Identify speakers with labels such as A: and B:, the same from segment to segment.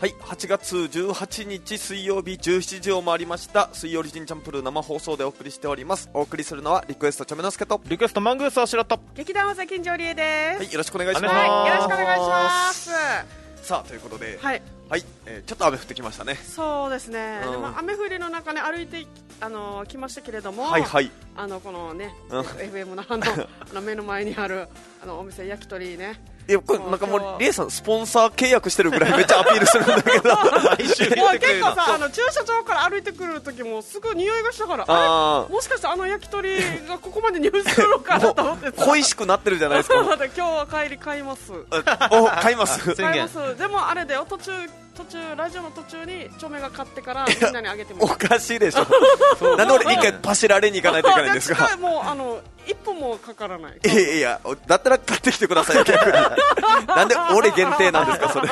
A: はい、8月18日水曜日17時を回りました。水曜リジンチャンプルー生放送でお送りしております。お送りするのはリクエストチャメノスケと。
B: リクエストマングースはしらった
C: 劇団大崎金城理恵で
A: はい、
C: す。
A: よろしくお願いします。
C: はい、
B: は
C: よろしくお願いします。
A: さあ、ということで、はい、
C: はい、
A: えーちょっと雨降ってきましたね。
C: そうですね。
A: うん
C: でも雨降りの中ね歩いてきあの来ましたけれども、
A: はいはい。
C: あのこのね、
A: うん
C: FM のあ のあの目の前にあるあのお店焼き鳥ね。
A: いや、これ
C: そう
A: なんかも
C: 今日
A: う
C: は、
A: リエさん、スポンサー契約してるぐらいめっちゃアピールするんだ けど。
B: 毎週
C: もう
B: 言ってくれ
C: 結
B: る
C: 構
B: な
C: さあの駐車場から歩いてくる時もすごい匂いがしたから、
A: あ
C: あれもしかしてあの焼き鳥がここまで入手するのかなと思って
A: あ、。 恋しくなってるじゃないですか。もう
C: 今日は帰り買います。
A: あお、買います。
B: 宣
C: 買い
B: 言
C: ます。でもあれだよ途中途中ラジオの途中に著名が買ってからみんなにあげても
A: お
C: らう
A: かしいでしょ。なんで俺一回パシられに行かないといけないんですか
C: あ。違うもうあの一歩もかからない。
A: いやいやいや、おだったら買ってきてくださいよ、 逆に。なんで俺限定なんですか、それ。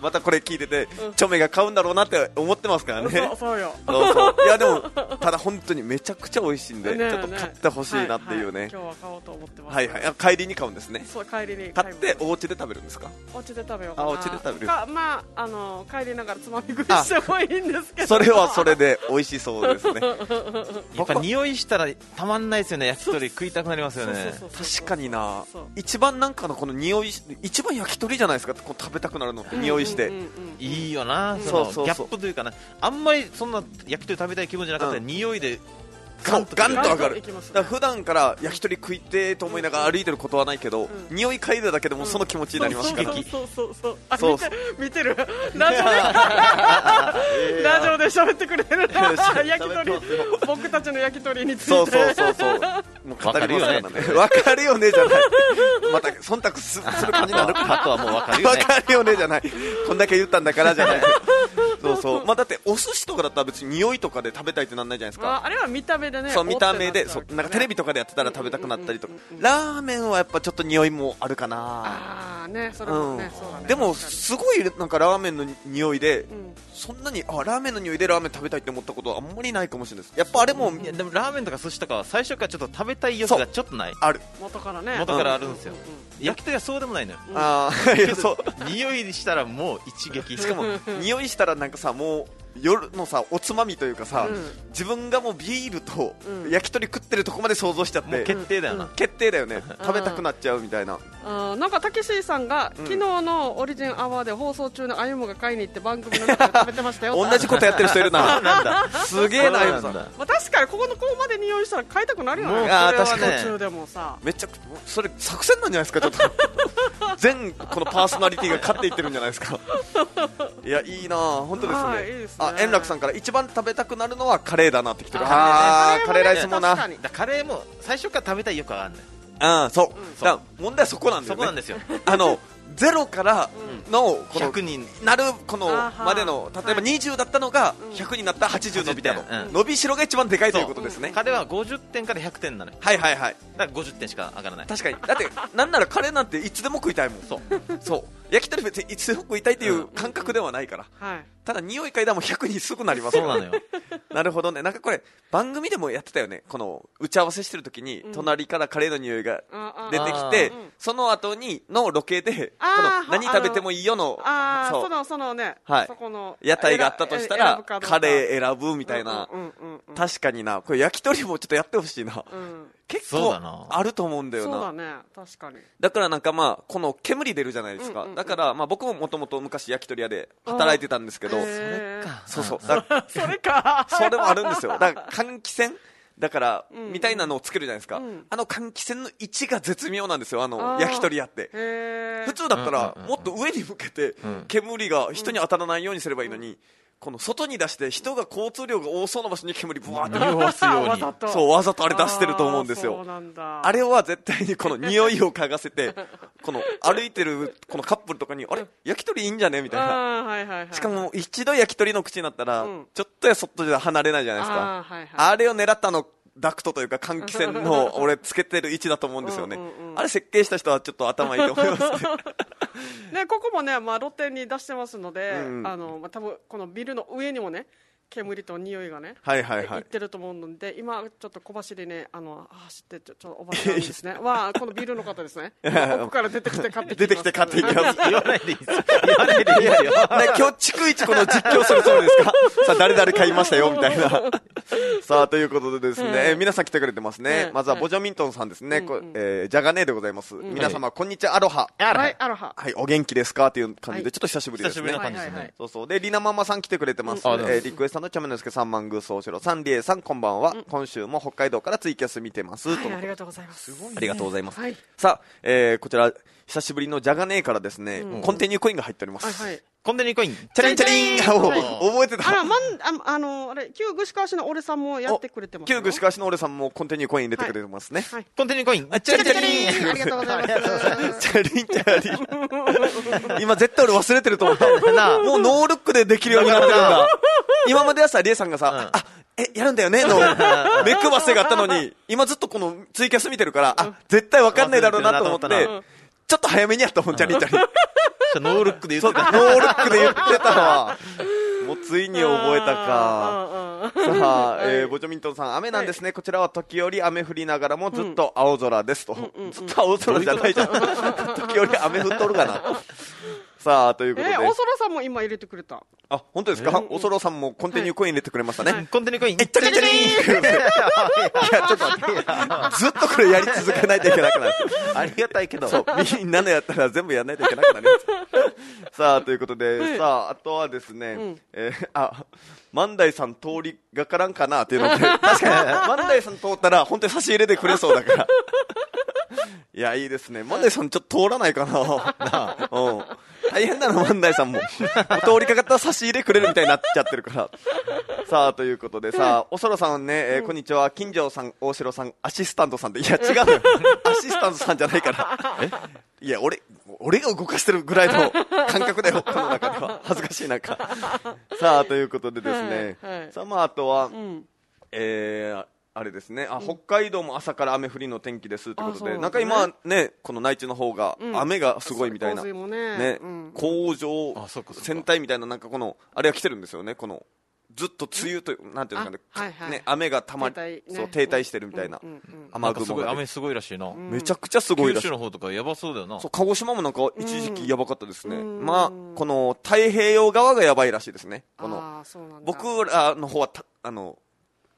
A: またこれ聞いてて、チョメが買うんだろうなって思ってますからね
C: そう。そうよ。
A: そうそういやでも、ただ本当にめちゃくちゃ美味しいんで、
C: ねえ
A: ちょっと買ってほしいなっていう
C: はは
A: ね。
C: 今日は買おうと思ってます。
A: はいはい、あ帰りに買うんですね。
C: そう帰りに
A: 買って
C: お
A: お家で食べるんですか。
C: お家で食べようかな。
A: あお家で食べる
C: かまああの帰りながらつまみ食いしてもいいんですけど。
A: それはそれ で美味しそうですね。
B: やっぱ匂いしたらたまんないですよね焼き鳥食いたくなります
C: そ
B: よ
C: うそう
B: ね
C: そうそう。
A: 確かにな
C: そう、
A: 一番なんかのこの匂い、一番焼き鳥じゃないですか、こう食べたくなるの、匂いして。
C: うんうんうんうん
B: いいよな
A: そ
B: そ
A: うそうそう
B: のギャップというかなあんまりそんな焼き鳥食べたい気分じゃなかったら
A: うん
B: 匂いで
A: ガンとガンと上がる
C: ガンと行きますね
A: だから普段から焼き鳥食いてーと思いながら歩いてることはないけど、
C: う
A: 匂い嗅いだだけでもその気持ちになりますから、
C: そうそうそうそう
A: そ
C: そう
A: そ
C: うそううあ見てる見てるラジオでラジオで喋ってくれる焼き鳥僕たちの焼き鳥について
A: そうそうそうそうもう語りますからねわかるよねじゃないまた忖度すする感じになるか
B: あとはもう分かるよ
A: わ
B: ね
A: かるよねじゃないこんだけ言ったんだからじゃないそうそうまあだってお寿司とかだったら別に匂いとかで食べたいってなんないじゃないです
C: あ
A: か
C: あれは見た目でね
A: そう見た目で
C: お
A: そ
C: っ
A: う
C: て
A: なん
C: っちゃう
A: かテレビとかでやってたら食べたくなったりとかラーメンはやっぱちょっと匂いもあるかな
C: ああねそれもね、そうだね
A: でも
C: 確かに
A: すごいなんかラーメンの匂いで、
C: ん
A: そんなにあラーメンの匂いでラーメン食べたいって思ったことはあんまりないかもしれないですやっぱあれも
B: いやでもラーメンとか寿司とかは最初からちょっと食べたい欲がちょっとない
A: ある、
C: 元からね
B: 元からあるんですよ
C: うう
B: 焼き鳥はそうでもないのよ
C: うん
A: ああ いやそう
B: 匂いしたらもう一撃
A: しかも匂いしたらなんかさもう夜のさおつまみというかさ、
C: うん
A: 自分がもうビールと
C: うん
A: 焼き鳥食ってるとこまで想像しちゃっ
B: もう
A: て、
B: 決定だよな、
C: う
A: 決定だよね食べたくなっちゃうみたいな
C: あーなんかたけしさんが、
A: うん
C: 昨日のオリジンアワーで放送中の歩夢が買いに行って番組の中で食べてましたよ
A: 同じことやってる人い るな
B: なんだ
A: すげえな
B: そう
A: よ
B: ん
A: さん
B: だ
C: まあ、確かにここのここまで匂いしたら買いたくなるよ
B: もう
C: ね
A: あー
C: それは
A: 確
B: かに
C: 途中でもさ
A: めちゃくそれ作戦なんじゃないですかちょっと全このパーソナリティが勝っていってるんじゃないですかいやいいなあ本当ですね,、
C: はいいいですね
A: あ円楽さんから一番食べたくなるのはカレーだなってきてるあ
B: あ
A: あーカレーライスもな
C: 確かに
B: だカレーも最初から食べたい欲があるんだよ
A: うんそう、
B: そう
A: だから問題はそこなんだ
B: そ
A: よね
B: こなんですよ
A: あのゼロからのこの
B: 100人
A: なるこの
C: あーはー
A: までの例えば
C: はい
A: 20だったのが
C: うん
A: 100になった80伸びたの、
B: うん
A: 伸びしろが一番でかいということですね、
B: 彼は50点から100点なのよ
A: はいはいはい
B: だから50点しか上 がらない
A: 確かにだってなんならカレーなんていつでも食いたいもん
B: そう
A: そう焼き鳥別にいつでも食いたいっていう感覚ではないから、
C: はい
A: ただ匂い嗅いだらもう100にすぐなります
B: そ
A: から
B: うなのよ
A: なるほどねなんかこれ番組でもやってたよねこの打ち合わせしてる時に
C: うん
A: 隣からカレーの匂いが
C: あ
A: 出
C: ーあ
A: て
C: ー
A: きて、
C: あーうん
A: その後にのロケでこ
C: あー
A: の何食べてもいいよの
C: あー
A: そう
C: そのそのね、
A: はい
C: そこの
A: 屋台があったとしたらカ
C: ー
A: レー選ぶみたいな、
C: うんうんうん
A: 確かになこれ焼き鳥もちょっとやってほしいな、
C: うん
A: 結
B: そう
A: 構
B: だな
A: あると思うんだよ
C: そう
A: な
C: だね確かに
A: だからなんかまあこの煙出るじゃないですか、
C: うんうんうん
A: だからまあ僕ももともと昔焼き鳥屋で働いてたんですけど、
C: あーへーそ
A: そ
C: れか
A: うそうだから
C: それか
A: それもあるんですよだから換気扇だから、
C: んうん
A: みたいなのをつけるじゃないですか、
C: うん
A: あの換気扇の位置が絶妙なんですよあの
C: あー
A: 焼き鳥屋って
C: へー
A: 普通だったら
B: うんうんうん
A: もっと上に向けて
B: うん
A: 煙が人に当たらないようにすればいいのに、この外に出して人が交通量が多そうな場所に煙ブワーって
B: 匂わすよう
C: わ
B: に
C: ざと
A: そうわざとあれ出してると思うんです
C: あーそう
A: よ
C: なんだ
A: あれは絶対にこの匂いを嗅がせ てこの歩いてるこのカップルとかにあれ焼き鳥いいんじゃねみたいな
C: あーはいはいはい
A: しかも一度焼き鳥の口になったら、
C: うん
A: ちょっとやそっとじゃ離れないじゃないですか
C: あーはいはい
A: あれを狙ったのダクトというか換気扇の俺つけてる位置だと思うんですよね、
C: うんうんうん
A: あれ設計した人はちょっと頭いいと思います ね
C: ねここもねまあ露店に出してますので
A: うん
C: あのまあ多分このビルの上にもね煙と匂いがね、
A: はいはい
C: で
A: は
C: 行っ
A: い
C: てると思うので、今、ちょっと小走りね、あの走ってちょ、ちょおばちゃんです ね、はこのビールの方ですね、奥から出てきて買ってき
A: 出てきて買っていきます
B: 言わないでいいですよ。言わないでいいです
A: ね、
B: よ。
A: 今日逐一この実況するそうですか さあ誰々買いましたよみたいなさあということでですね、えー皆さん来てくれてますね、
C: うん
A: まずはボジョミントンさんですね、こえー、ジャガネーでございます、皆様こんにちはアロハ
C: はい、アロハ。
A: はい、お元気ですかという感じ
C: は
A: で、
C: い
A: ちょっと久しぶりです
B: 久し
A: ね。
B: ぶりな感じです
C: はいはいは
B: ね
C: い。
A: そうそう。で、りなママさん来てくれてます。
B: うんありがとうござい
A: えー
B: ます
A: リクエストのチャメノスケさん、マングース大城さん、リエさん、こんばんは。今週も北海道からツイキャス見てます。
C: はい、
A: の
C: ありがとうございます。
A: ありがとうございます。
C: はい
A: さあ、えーこちら、久しぶりのジャガネーからですね、コンティニューコインが入っております。
C: はい、はい。
B: コンテニコイン。
A: チャリンチャリン
C: チャリン
A: お
C: はい
A: 覚えて
C: あら、
A: た。
C: まん、ああの、あれ、旧ぐしかわしの俺さんもやってくれてますよ。
A: 旧串川市の俺さんもコンティニューコイン入れてくれてますね。
C: はい。
B: コンテニコイン。
A: チャリンチャ
C: チャ
A: リン
C: リンありがとうございます。
A: チャリンチャリン。今絶対俺忘れてると思った。もうノールックでできるようになってるんだ。今まではさ、リエさんがさ、あ、え、やるんだよねの、目くばせがあったのに、今ずっとこのツイキャス見てるから、あ、絶対わかんないだろうなと思って
B: 忘れてるなと
C: 思った、
A: ちょっと早めにやったもん、チャリンチャリン。
B: ノールックで
A: そ
B: 言
A: う
B: っ
A: ノ
B: てた。
A: ールックで言ってたわ。もうついに覚えたか。
C: か。
A: さあ、えー
C: はい
A: ボジョミントンさん、雨なんですね、こちらは時折雨降りながらもずっと青空ですと、ずっと青空じゃないじゃ ん、時折雨降っとるかな。さあ、ということで、
C: え、おそらさんも今入れてくれた。
A: あ本当ですか、おそろさんもコンティニューコイン入れてくれましたね、
B: コンテニコイン。
A: えチャリンチャリンいや、ちょっと待って、ずっとこれやり続けないといけなくなる。
B: ありがたいけど。
A: そうみんなのやったら全部やらないといけなくなり ますさあということで、さああとはですね、えーあ万代さん通りがからんかなっていうので確かに万代さん通ったら本当に差し入れてくれそうだからいやいいですね万代さんちょっと通らないかなうん、大変なの万代さんももう通りかかったら差し入れくれるみたいになっちゃってるからさあということでさあおそろさんね、えーこんにちは金城さん大城さんアシスタントさんでいや違うのよアシスタントさんじゃないからいや、俺、俺が動かしてるぐらいの感覚だよ、この中では。恥ずかしい中。さあ、ということでですね。
C: はいはい
A: さあ、まあ、あとは、
C: うん。
A: えーあれですねあ北海道も朝から雨降りの天気ですということ
C: あ
A: で、
C: そう
A: な
C: なんん
A: か
C: だね
A: 今ね、この内地の方が
C: うん
A: 雨がすごいみたいな、
C: 洪水もね
A: ね
C: うん
A: 工場
B: あそっかそっか
A: 船体みたいな、なんかこの、あれが来てるんですよね、このずっと梅雨という、なんていうんですか
C: あは
A: ね
C: いはい
A: ね、雨がたまり
C: 停滞ね
A: そう停滞してるみたいな
C: うんうんうん
B: な
A: 雨
B: んかす
A: 雲
B: ごい、
A: が、
B: 雨すごいらしいな。
A: めちゃくちゃすごい
B: 九
A: らしい
B: 州の方とかやばそうだよな。
A: そう鹿児島もなんか一時期やばかったですね、
C: うん
A: まあこの太平洋側がやばいらしいですねこの
C: あーそうなんだ
A: 僕らの方はたあの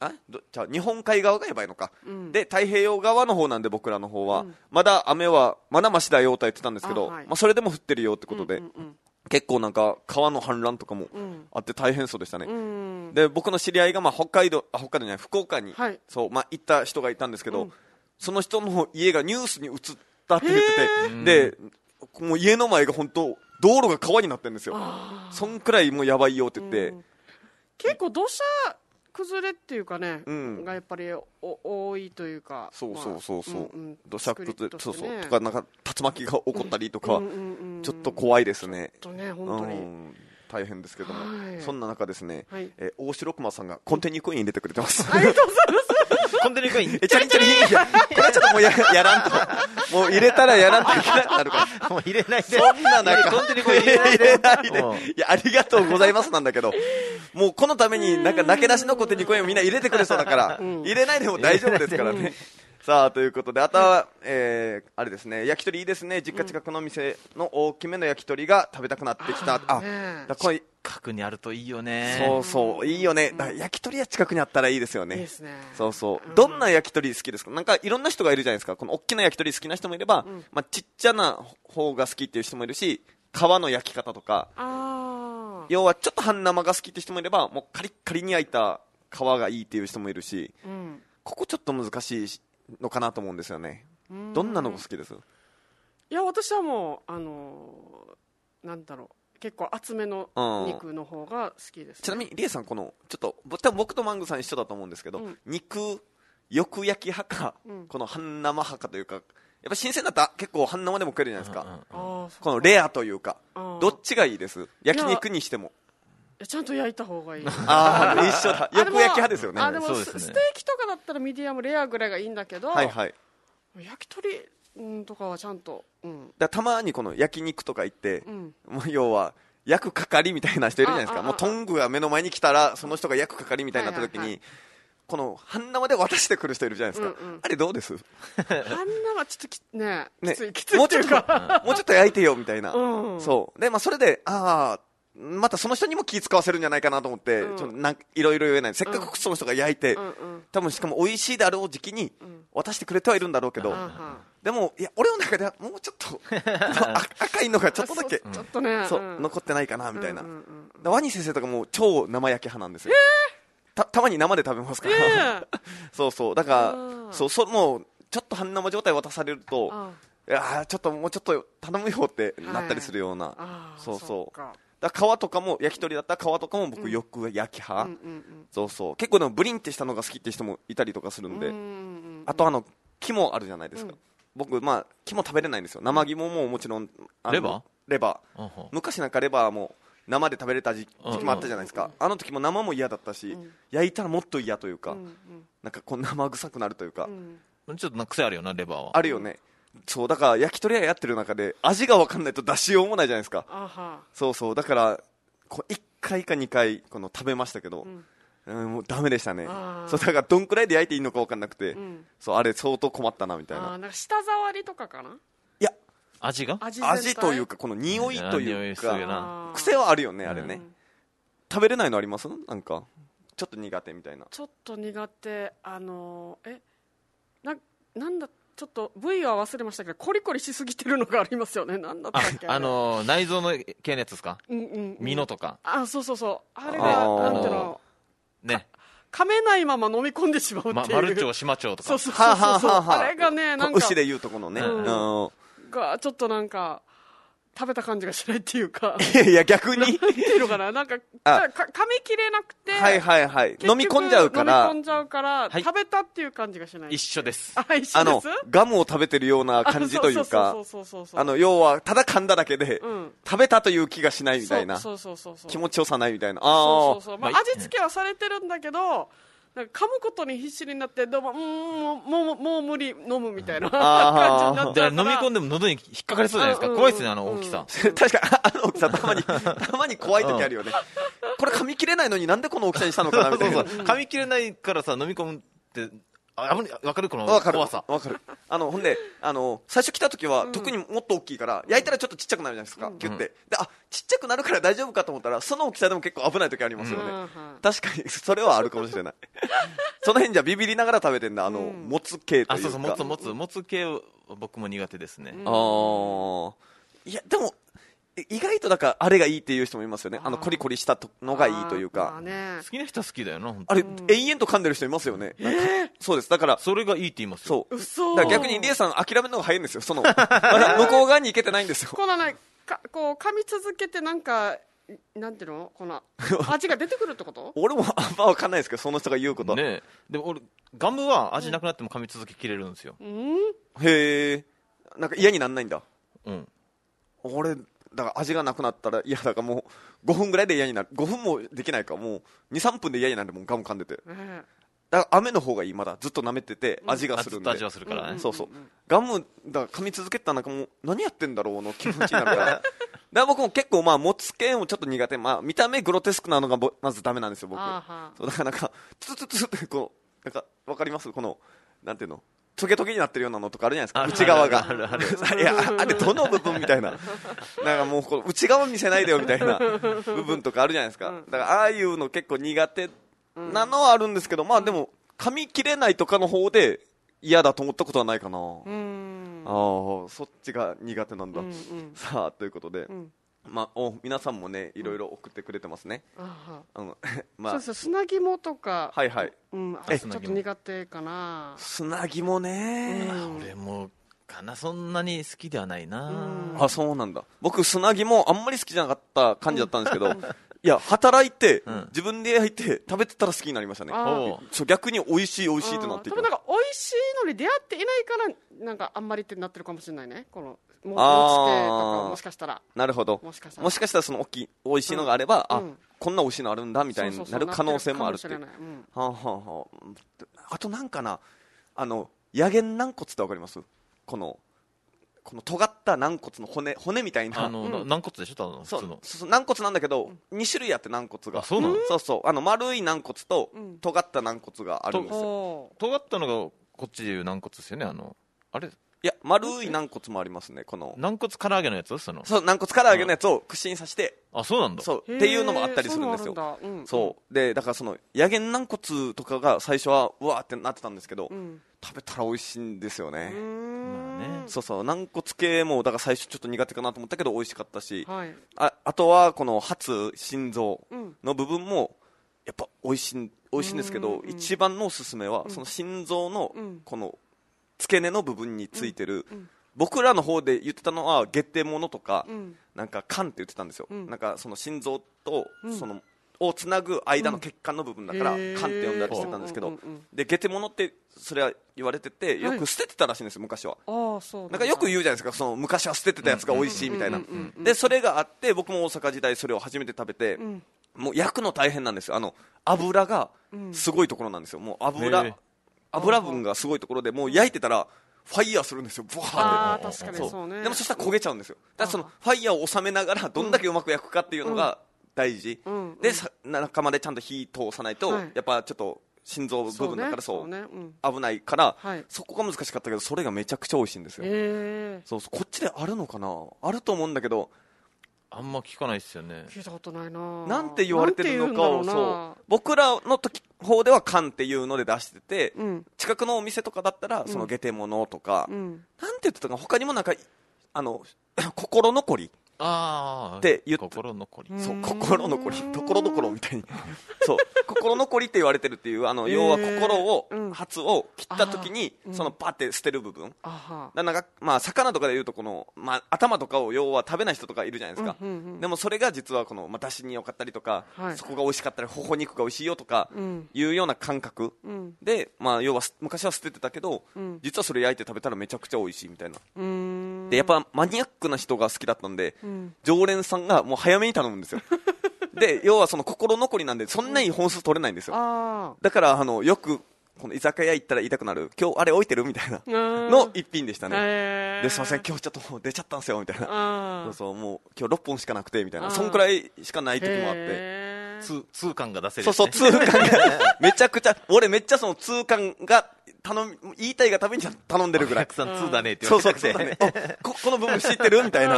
A: あどじゃあ日本海側がやばいのか、
C: うん
A: で太平洋側の方なんで僕らの方は、
C: うん
A: まだ雨はまだましだよとは言ってたんですけど
C: あはい
A: まあ、それでも降ってるよってことで、
C: うんうん
A: 結構なんか川の氾濫とかも
C: うん
A: あって大変そうでしたね、
C: うん
A: で僕の知り合いがまあ北海道あ北海道じゃない福岡に、
C: はい
A: そうまあ、行った人がいたんですけど、
C: うん
A: その人の家がニュースに映ったって言っててでもう家の前が本当道路が川になってるんですよそんくらいもうやばいよって言って、
C: うん結構土砂崩れっていうかね、
A: うん
C: がやっぱりお多いというか
A: そう
C: まあ
A: そうそうそう、
C: んん
A: 土砂崩れ、
C: 作り
A: そう
C: し
A: そ
C: て
A: う
C: ね
A: とかなんか竜巻が起こったりとか、
C: うんうんうんうん
A: ちょっと怖いですね
C: ちょっとね本当に、
A: うん大変ですけども、
C: はい
A: そんな中ですね、
C: はい
A: えー大城熊さんがコンティニューコイン入れてくれてます
B: コンテニコイン。
A: え、チャリンチャリンいや、これはちょっともうややらんと。もう入れたらやらんといけなくなるから。
B: もう入れないで。
A: そんな中、
B: コンテニコイン入れない
A: 入れ
B: で。
A: ないで
B: うん
A: いや、ありがとうございますなんだけど、もうこのために、なんか、なけなしのコンテニコインをみんな入れてくれそうだから、入れないでも大丈夫ですからね。 さあ、ということで、あとは、えー、あれですね、焼き鳥いいですね。実家近くの店の大きめの焼き鳥が食べたくなってきた。あ、
C: ねえ
A: だこれ
B: 核にあるといいよね。
A: そうそう、いいよね。だから焼き鳥屋近くにあったらいいですよね。
C: いいですね
A: そうそう。どんな焼き鳥好きですかなんかいろんな人がいるじゃないですか。この大きな焼き鳥好きな人もいれば、まあちっちゃな方が好きっていう人もいるし、皮の焼き方とか、
C: ああ
A: 要はちょっと半生が好きって人もいれば、もうカリッカリに焼いた皮がいいっていう人もいるし、
C: うん
A: ここちょっと難しいのかなと思うんですよね。どんなのが好きです
C: いや私はもうあのーなんだろう結構厚めの肉の方が好きです、ね
A: ちなみに、リエさん、この、ちょっと、ぼ多分僕とマングさん一緒だと思うんですけど、
C: うん
A: 肉、よく焼き派か、
C: うん
A: この半生派かというか、やっぱ新鮮だったら結構半生でも食えるじゃないですか。
B: うん
C: ああそう
A: このレアというか、
C: あー
A: どっちがいいです焼肉にしても。
C: いやちゃんと焼いた方がいい
A: ああ、一緒だ。
C: あ
A: よく焼き
C: でも
A: 派ですよね。
C: あでも
B: そう
C: ス
B: ですね
C: ステーキとかだったらミディアムレアぐらいがいいんだけど、
A: はいはい。
C: 焼き鳥うんとかはちゃんと、うん
A: だからたまにこの焼肉とか行って、
C: うん
A: もう要は、役かかりみたいな人いるじゃないです
C: あ
A: か
C: あ
A: もうトングが目の前に来たらその人が役かかりみたいになった時に、
C: はいはい
A: この半生で渡してくる人いるじゃないですか、
C: うんうん
A: あれどうです
C: あんなはちょっときね
A: ね
C: きついきつい
A: も
C: っ
A: う
C: て
A: ち
C: い
A: ょっ
C: う
A: と
C: か
A: もう ちょっと焼いてよみたいな、
C: うん
A: そうで、まあ、それでああまたその人にも気使わせるんじゃないかなと思って、
C: うん
A: ちょっとなんいろいろ言えないせっか
C: うん
A: くその人が焼いて、
C: うんうん
A: 多分しかも美味しいであろう時期に
C: うん
A: 渡してくれてはいるんだろうけど、
C: あは
A: でもいや俺の中ではもうちょっ とあ赤いのがちょっとだけ
C: あそちょっとね
A: そう、
C: ん
A: 残ってないかなみたいな、
C: うんうんうん
A: だワニ先生とかもう超生焼け派なんですよ、たたまに生で食べますから、
C: ね
A: そうそうだか
C: うん
A: らそうそうもうちょっと半生状態渡されると
C: あ
A: いやーちょっともうちょっと頼むよってなったりするような、
C: あー
A: そうそう
C: か
A: だから皮とかも焼き鳥だったら皮とかも僕よく焼き
C: うん
A: 派、
C: うん
A: そうそう結構でもブリンってしたのが好きって人もいたりとかする
C: うんん
A: で、
C: うんうんうん
A: あとあの肝あるじゃないですか、
C: うん
A: 僕まあ肝食べれないんですよ生肝ももちろんあの
B: レバ
A: レバー
B: うんうん
A: 昔なんかレバーも生で食べれた時時期もあったじゃないですか、あの時も生も嫌だったし、
C: うん
A: 焼いたらもっと嫌というか、
C: うん
A: なんかこう生臭くなるというか、
C: うんうん
B: ちょっとなんか癖あるよなレバーは
A: あるよねそうだから焼き鳥屋やってる中で味が分かんないと出しようもないじゃないですか
C: あは
A: そうそうだからこう1回か2回この食べましたけど、
C: ん
A: うんもうダメでしたね
C: あー
A: そうだからどんくらいで焼いていいのか分かんなくて、
C: うん
A: そうあれ相当困ったなみたい
C: あー
A: な
C: なんか舌触りとかかない
A: や
B: 味が
C: 味全体
A: 味というかこの匂いと
B: うん
A: い
B: 匂いうする
A: か
B: よ
C: な
A: 癖はあるよねあれ
C: う
A: ね、
C: ん
A: 食べれないのありますなんかちょっと苦手みたいな
C: ちょっと苦手あのーえななんだちょっと部位は忘れましたけどコリコリしすぎてるのがありますよねなんだった
B: あ
C: っけれ
B: あのー内臓の系のやつですか
C: うんうんうん
B: 身のとか
C: あそうそうそうあれが
A: あー
C: なんていうの
B: ね
C: 噛めないまま飲み込んでしまうって い
B: ま
C: う、
B: 丸腸島腸と
C: そ
B: か
C: うそうそうそうそう
A: はあはあはあはあ
C: あれがねなんか
A: 牛で言うとこのね、
B: うん
A: うん
C: がちょっとなんか食べた感じがしないっていう か
A: いやいや逆に
C: っていうのかななんか
A: あ
C: か噛み切れなくて、
A: はいはいはい
C: 結
A: 飲
C: 局
A: み込んじゃうから
C: 飲み込んじゃうから、
B: はい
C: 食べたっていう感じがしない
B: 一緒です
C: あ一緒
A: あ
C: で
A: の
C: す
A: ガムを食べてるような感じというか
C: あそうそうそうそうそうそう
A: あの要はただ噛んだだけで、
C: うん
A: 食べたという気がしないみたいな
C: そうそうそうそう
A: 気持ちよさないみたいな
C: そ
A: あ
C: うそ
A: あ
C: うそう、まあ、
B: まあ
C: 味付けはされてるんだけどなんか噛むことに必死になってどうもうーんもうもうもう無理飲むみたいな感じになっち
B: で
C: ゃ
B: あ
C: う
B: れ
C: か
B: 飲み
C: ら
B: 込んでも喉に引っかかりそうじゃないですか
C: うん
B: 怖いですねあ
C: う
B: の大
C: ん
B: きさ
A: 確かにああの大きさたまにたまに怖い時あるよねこれ噛み切れないのになんでこの大きさにしたのかなみ
B: そう
A: たい
B: そ
A: な
B: う噛み切れないからさ飲み込むってあ危ないわかるこの
A: わかる
B: 怖さ
A: わかるあのほんであの最初来た時は、特にもっと大きいから焼いたらちょっとちっちゃくなるじゃないですか、ギュッてであちっちゃくなるから大丈夫かと思ったらその大きさでも結構危ない時ありますよね、
C: うんうん
A: 確かにそれはあるかもしれないその辺じゃビビりながら食べてんだあの、
C: うん
A: もつ系というか
B: あそうそうもつもつもつ系は僕も苦手ですね
A: あーいやでもい意外とだからあれがいいっていう人もいますよねあの
C: あー
A: コリコリしたとのがいいという
C: まあ
A: か
C: ね
B: 好きな人は好きだよな本当
A: あれ、延々と噛んでる人いますよね、そうですだから
B: それがいいって言いますよ
A: そう
C: 嘘
A: だから逆にリエさん諦めるのが早いんですよそのまだ向こう側に行けてないんですよ
C: このねかこう噛み続けてなんかなんていうのこ の味が出てくるってこと
A: 俺もあんま分かんないですけどその人が言うことは、
B: ねえでも俺ガムは味なくなっても噛み続けきれるんですよ、
C: うん
A: へえなんか嫌になんないんだ
B: うん、
A: 俺だから味がなくなったらいやだからもう5分ぐらいで嫌になる5分もできないかもう23分で嫌になるもんガム噛んでて
C: ね
A: だから雨の方がいいまだずっと舐めてて味が
B: あ
A: する
B: ずっ
A: ん
B: と
A: で、
B: 味はするからね、
A: そうそうガムだから噛み続けてたらなんかもう何やってんだろうの気持ちになるから だから僕も結構まあもつ系もちょっと苦手、まあ、見た目グロテスクなのがぼまずダメなんですよ僕
C: あーはー
A: そうだからなんかツツツツってこうなんかわかりますこのなんていうのトゲトゲになってるようなのとかあるじゃないですか内側が いやああれどの部分みたいななんかもうこの内側見せないでよみたいな部分とかあるじゃないですかだからああいうの結構苦手なのはあるんですけどまあでも噛み切れないとかの方で嫌だと思ったことはないかな
C: うーん
A: ああそっちが苦手なんだ、
C: うんうん
A: さあということで、
C: うん
A: まあ、お皆さんもねいろいろ送ってくれてますね、
C: あーは
A: あの
C: ー
A: ま
C: そう
A: あ
C: そう砂肝とか
A: はいはい
C: うんあ
B: え
C: ちょっと苦手かな
A: 砂肝ね、
C: うん
B: 俺もかなそんなに好きではないな、
C: うん
A: あそうなんだ僕砂肝あんまり好きじゃなかった感じだったんですけど、 いや働いて、
B: うん
A: 自分で焼いて食べてたら好きになりましたね
C: あー
B: おう
A: そう逆に美味しい美味しいってなってい
C: うん
A: きま
C: でも
A: し
C: なんか美味しいのに出会っていないからなんかあんまりってなってるかもしれないねこのも
A: あー
C: もち系とかもしかしたら
A: たなるほど
C: もしかしたら
A: もしかしたらその大きい美味しいのがあれば、
C: うん
A: あ
C: うん
A: こんな美味しいのあるんだみたい
C: そう
A: に
C: そ
A: な
C: うそう
A: る可能性もあるって
C: なるかもしれないうん
A: はあ、はあはあ、あとなんかなあの野源軟骨ってわかりますこのこの尖った軟骨の骨骨みたいな
B: あの、な軟骨でしょただの普
A: そう
B: 通
A: そう
B: の
A: そう軟骨なんだけど、二2種類あって軟骨が
B: あそうなの
A: そうそうあの丸い軟骨と
C: うん
A: 尖った軟骨があるんですよ
C: お
B: 尖ったのがこっちでいう軟骨ですよねあのあれ
A: いや丸い軟骨もありますねこの
B: 軟骨唐揚げのやつその
A: そう軟骨から揚げのやつを串に刺して
B: あそうなんだ
A: そう
C: ー
A: っていうのもあったりするんですよ
C: へーそうなんだうん
A: そうでだからその野源軟骨とかが最初はうわーってなってたんですけど、
C: うん
A: 食べたら美味しいんですよね、
C: うーん
B: まあね
A: そうそう軟骨系もだから最初ちょっと苦手かなと思ったけど美味しかったし、
C: はい
A: ああとはこの初心臓
C: うん
A: の部分もやっぱ美味しい美味しいんですけど、
C: うんうん
A: 一番のおすすめはその心臓の
C: うん
A: この付け根の部分についてる、
C: うん
A: 僕らの方で言ってたのは月底物とか、
C: うん
A: なんか肝って言ってたんですよ、
C: うん
A: なんかその心臓と
C: うん
A: その、をつなぐ間の血管の部分だから、
C: うんへー
A: 肝って呼んだりしてたんですけど、
C: うんうんうん
A: で下手物ってそれは言われててよ
C: はい
A: く捨ててたらしいんですよ昔は
C: ああそう
A: なんかよく言
C: う
A: うじゃないですかその昔は捨ててたやつが美味しいみたいな
C: うんうんうんうん
A: でそれがあって僕も大阪時代それを初めて食べて、
C: ん
A: もう焼くの大変なんですよあの油が
C: うん
A: すごいところなんですよもう
B: へー
A: 油油分がすごいところでもう焼いてたらファイヤーするんですよブワー
C: あ
A: って
C: あ確かに
A: そう
C: そうね
A: でもそしたら焦げちゃうんですよだからその
C: あー
A: ファイヤーを収めながらどんだけうまく焼くかっていうのが大事、
C: うんうん
A: でさ中までちゃんと火通さないと、
C: はい
A: やっぱちょっと心臓部
C: そうね
A: 分だからそう
C: そうねうん
A: 危ないから、
C: はい
A: そこが難しかったけどそれがめちゃくちゃ美味しいんですよ、
C: ええ
A: そうそうこっちであるのかなあると思うんだけど
B: あんま聞かないですよね
C: 聞いたことないな
A: なんて言われてるのかをそうう僕らの時方では缶っていうので出してて、
C: うん
A: 近くのお店とかだったらその下手物とか、
C: うん
A: なんて言ってたかな他にもなんかあの 心残り
B: ああ
A: って言って
B: 心残り、
C: うん
A: そう心残りところどころみたいにそう心残りって言われてるっていうあの要は
C: へー
A: 心を
C: うん
A: 発を切った時に
C: あーうん
A: そのパって捨てる部分
C: あは
A: だからなんかまあ魚とかでいうとこの、まあ、頭とかを要は食べない人とかいるじゃないですか、
C: うんうんうん
A: でもそれが実はこの、まあ、出汁に良かったりとか、
C: はい
A: そこが美味しかったり頬肉が美味しいよとか
C: うん
A: いうような感覚
C: うん
A: で、まあ、要はす昔は捨ててたけど、
C: うん
A: 実はそれ焼いて食べたらめちゃくちゃ美味しいみたいな
C: うーん
A: でやっぱマニアックな人が好きだったんで、
C: うん
A: 常連さんがもう早めに頼むん ですよで要はその心残りなんでそんなに本数取れないんですよ
C: あ
A: だからあのよくこの居酒屋行ったら言いたくなる今日あれ置いてるみたいな
C: あの
A: の一品でしたね、
C: ね
A: で、すいません、今日ちょっともう出ちゃったんですよ、みたいな。
C: あ
A: そう
C: あ
A: そう、もう今日6本しかなくて、みたい
C: あ
A: な。
C: ー
A: そんくらいしかない時もあって。
C: へー
B: 通通感が出せる
A: そうそう、
B: です
A: 通感が、めちゃくちゃ、俺めっちゃその通感が、頼み、言いたいがために頼んでるぐ
B: ねお
A: らい
B: 客。さん通だねって言
A: そ
B: わ
A: う
B: れ
A: そう、
B: た
A: そ
B: く
A: う
B: て
A: だね。おこ、 この部分知ってるみたい
C: あ
A: な。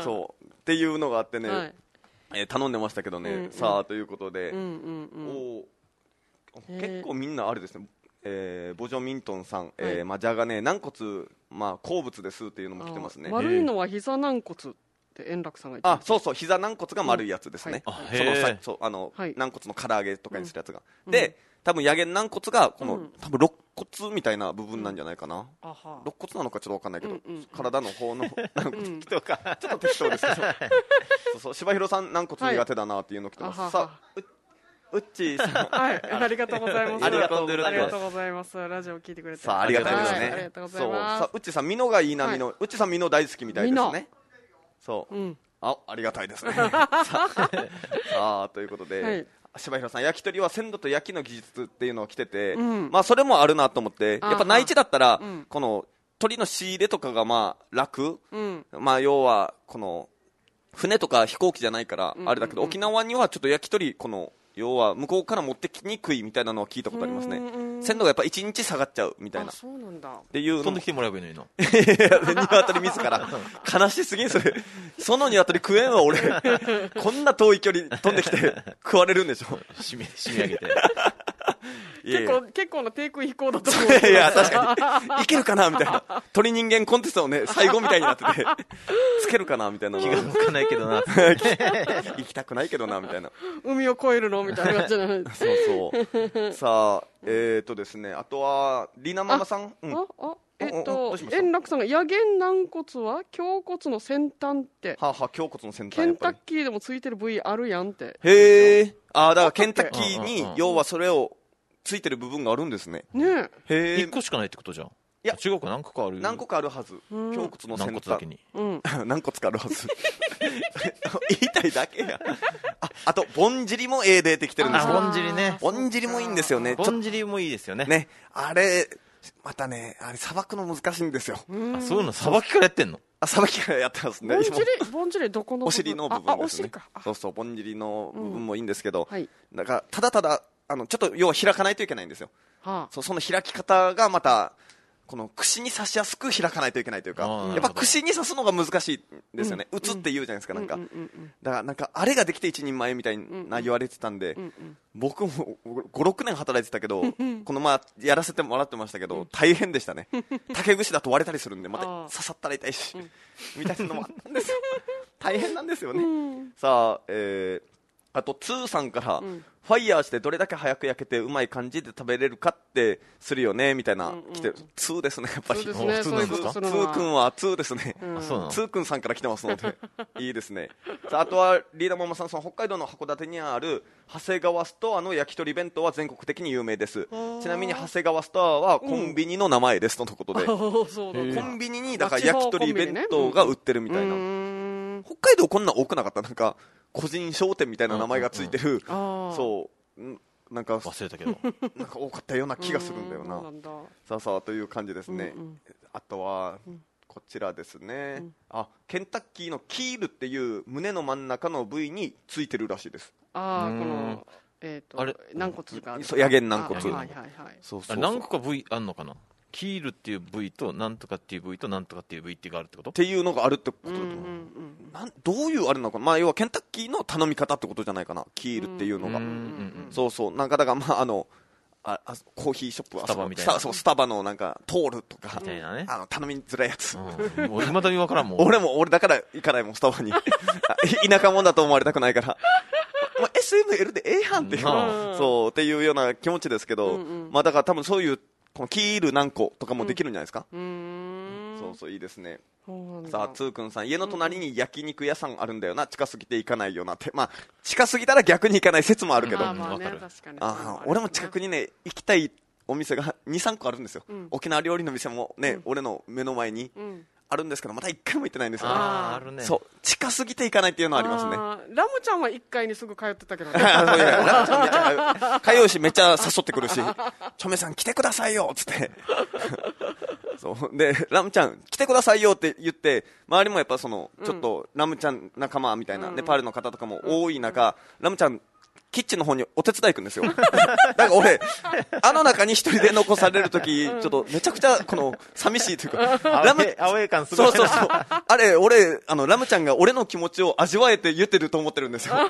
C: ー
A: そう。っていうのがあってね、
C: はい
A: えー頼んでましたけどね。
C: うんうん
A: さあ、ということで、
C: うんうんう
A: お
C: ん
A: ー
C: へー
A: 結構みんなあれですね、えーボジョミントンさん、えー
C: はい
A: まあ、じゃがね、軟骨、まあ、好物ですっていうのも来てますね
C: あ。悪いのは膝軟骨って円楽さんが言って
A: あそううそう膝軟骨が丸いやつですね、
B: うんはい
A: その
B: あへー
A: さそうあの、
C: はい
A: 軟骨の唐揚げとかにするやつが、
C: うん
A: で多分野源軟骨がこの、
C: うん
A: 多分肋骨みたいな部分なんじゃないかな、
C: あは
A: 肋骨なのかちょっと分かんないけど、
C: うんうん
A: 体の 方の軟骨
C: うん
A: とかちょっと適当ですけどそうそう柴広さん軟骨苦手だなっていうの来てます、
C: はいあは
A: さあううっちーさん
C: はいありがとうございます
A: ありがとうございます
C: ありがとうございますラジオ聞いてくれて
A: さあありがたいですね、
C: はありがとうござ
A: そ
C: います
A: うさあうっちーさん美濃がいいな
C: はい
A: 美濃、うっちーさん美濃大好きみたいです
C: 美濃
A: ねそう、
C: うん
A: あありがたい ですねさあさあということで、
C: はい
A: 柴広さん焼き鳥は鮮度と焼きの技術っていうのを来てて、
C: うん
A: まあ、それもあるなと思って
C: あー
A: やっぱ内地だったら、
C: うん
A: この鳥の仕入れとかがまあ楽、
C: うん
A: まあ、要はこの船とか飛行機じゃないから
C: うんうん
A: あれだけど、沖縄にはちょっと焼き鳥この要は向こうから持ってきにくいみたいなのは聞いたことありますね
C: うんうん
A: 鮮度がやっぱ1日下がっちゃうみたいな
C: あ
A: っ
C: そうなんだ
A: ていう
B: 飛
A: のも
B: んできてもらえばいいのにない
A: や鶏自 ら悲しすぎんそれその鶏食えんわ俺こんな遠い距離飛んできて食われるんでしょ
B: 締め締め上げて
A: いやい
C: 結
A: や
C: 構結構な低空飛行だと思う
A: いや確かにいけるかなみたいな鳥人間コンテストのね最後みたいになって てつけるかなみたいな
B: 気が向かないけどな
A: 行きたくないけどなみたいな
C: 海を越えるのみたいな感じじゃない
A: そうそうさあえっ、ー、とですねあとはりなママさんうん
C: あ
A: は
C: あえっ
A: おおおど
C: と
A: うしました
C: 円楽さんが野源軟骨は胸骨の先端って
A: あ、はあ、胸骨の先端
C: ケ
A: や
C: ン
A: っ
C: タ
A: ぱ
C: ッ
A: り
C: キーでもついてる部位あるやんって
A: へえああだからケンタッキー
B: うんうん
A: に
B: うん
A: 要はそれをついてる部分があるんですね
C: ねえ
A: へえ
B: 一個しかないってことじゃんい
A: や
B: 違うか何個かある
A: 何個かあるはず
C: うん
A: 胸骨の
B: 軟
A: 先
B: 骨
A: 端
B: だけに
C: うん
A: 何個かあるはず 言いたいだけやああとぼんじりもええでできてるんです
B: あ
A: よ
B: ぼんじりね
A: ぼんじりもいいんですよねちょっ
B: ぼんじりもいいですよね
A: とねあれまたね、あれ、さばくの難しいんですよ。
B: あそういうの、さばきからやってんの
A: あ、さばきからやってますね。
C: ぼんじ
A: 今
C: りぼんじりどこの部分
A: お尻の部
C: ああ
A: 分
C: お
A: です
C: 尻
A: ね
C: かあ。
A: そうそう、ぼんじりの部分もいいんですけど、
C: はい
A: なんか、ただただ、あの、ちょっと、要は開かないといけないんですよ。
C: はあ
A: そうその開き方がまた、この串に刺しやすく開かないといけないというか、
B: あー
A: や
B: な
A: っ
B: るほ
A: ぱ
B: ど
A: 串に刺すのが難しいんですよね、打つって言うじゃないですか、なんか、
C: うんうんうん
A: だからなんか、あれができて一人前みたいな言われてたんで、僕も5、6年働いてたけど、このまあやらせてもらってましたけど、大変でした ね、竹串だと割れたりするんで、また
C: あー
A: 刺さったら痛いし、みたいなのもあったん ですよ、大変なんですよね。さあ、えーあと、ツーさんから、ファイヤーしてどれだけ早く焼けてうまい感じで食べれるかってするよね、みたいな、来てる。ツーですね、やっぱり。
C: そうですね
B: 普通なん
C: そういうこ
B: です
C: と
B: か
C: す
A: ツ
C: るの
A: ーくん
C: は
A: はツーですね。
B: あ、そうなの
A: ツーくんさんから来てますの で、いいですね。さあ、あとは、リーダーママさん、その北海道の函館にある、長谷川ストアの焼き鳥弁当は全国的に有名です。ちなみに、長谷川ストアはコンビニの名前です、とのことで。
C: おーそうなんだ
A: コンビニに、だから焼き鳥弁当が売ってるみたいうな。
C: ーん
A: 北海道こんな多くなかったなんか、個人商店みたいな名前がついてる。
C: うんうんうんあー
A: そう。んなんか、
B: 忘れたけど。
A: なんか多かったような気がするんだよ
C: うー
A: なん
C: そう。んだ
A: さあさあという感じですね、
C: うんうん
A: あとはこちらですね、あケンタッキーのキールっていう胸の真ん中の部位についてるらしいです
C: ああ
B: うーん
C: このえっと
B: あれ
C: 軟骨がある
A: そう野源軟骨
C: あはいはいはい
A: そう
B: あれ何個か部位あんのかなキールっていう部位と、なんとかっていう部位と、なんとかっていう部位っていうのがあるってこと
A: っていうのがあるってこと
C: う
A: だ
C: ん
A: と
C: う
A: 思う、
C: んうん
A: なんどういうあれなのか、まあ、要はケンタッキーの頼み方ってことじゃないかなキールっていうのが、
B: うんうんうん
A: そうそうなんかだからまああのああコーヒーショップは
B: スタバみたいな
A: そうスタバのなんか通るとか
B: みたいなね
A: あの頼みづらいやつ、
B: うんもういまだにわからんもん。
A: 俺も、俺だから行かないもん、スタバに。あ い田舎者だと思われたくないから。まあ、SML でええやんっていう、
B: な
C: あ
A: そう、っていうような気持ちですけど、
C: うんうん
A: まあだから多分そういう、このキール何個とかもできるんじゃないですか。
C: うーん
A: そうそう、いいですね。
C: そうなんだ
A: さあ、つーくんさん、家の隣に焼肉屋さんあるんだよな、近すぎて行かないよなって。まあ、近すぎたら逆に行かない説もあるけど、
C: まあ
A: あ
C: まあね
B: うんわかる
C: 確かに
A: あ、俺も近く
C: に
A: にね、行きたいお店が2、3個あるんですよ。
C: うん
A: 沖縄料理の店もね、俺の目の前に
C: うん
A: あるんですけど、まだ1回も行ってないんですよ。
B: ああ、あるね。
A: そう近すぎていかないっていうのはありますね。
C: ーラムちゃんは1階にすぐ通ってたけ どね
A: あそういやラムちゃんめっちゃ通うしめっちゃ誘ってくる し、チョメさん来てくださいよっつって。そうでラムちゃん来てくださいよって言って周りもやっぱそのちょっとラムちゃん仲間みたいな、ネパールの方とかも多い中、ラムちゃんキッチンの方にお手伝い行くんですよ。 だから俺、あの中に一人で残されるとき、ちょっとめちゃくちゃ、この、寂しいというか、
B: アウ
A: ラム
B: ェーアウェー感すごい
A: そ
B: な
A: うそうそう。あれ、俺、あの、ラムちゃんが俺の気持ちを味わえて言ってると思ってるんですよ。
B: あ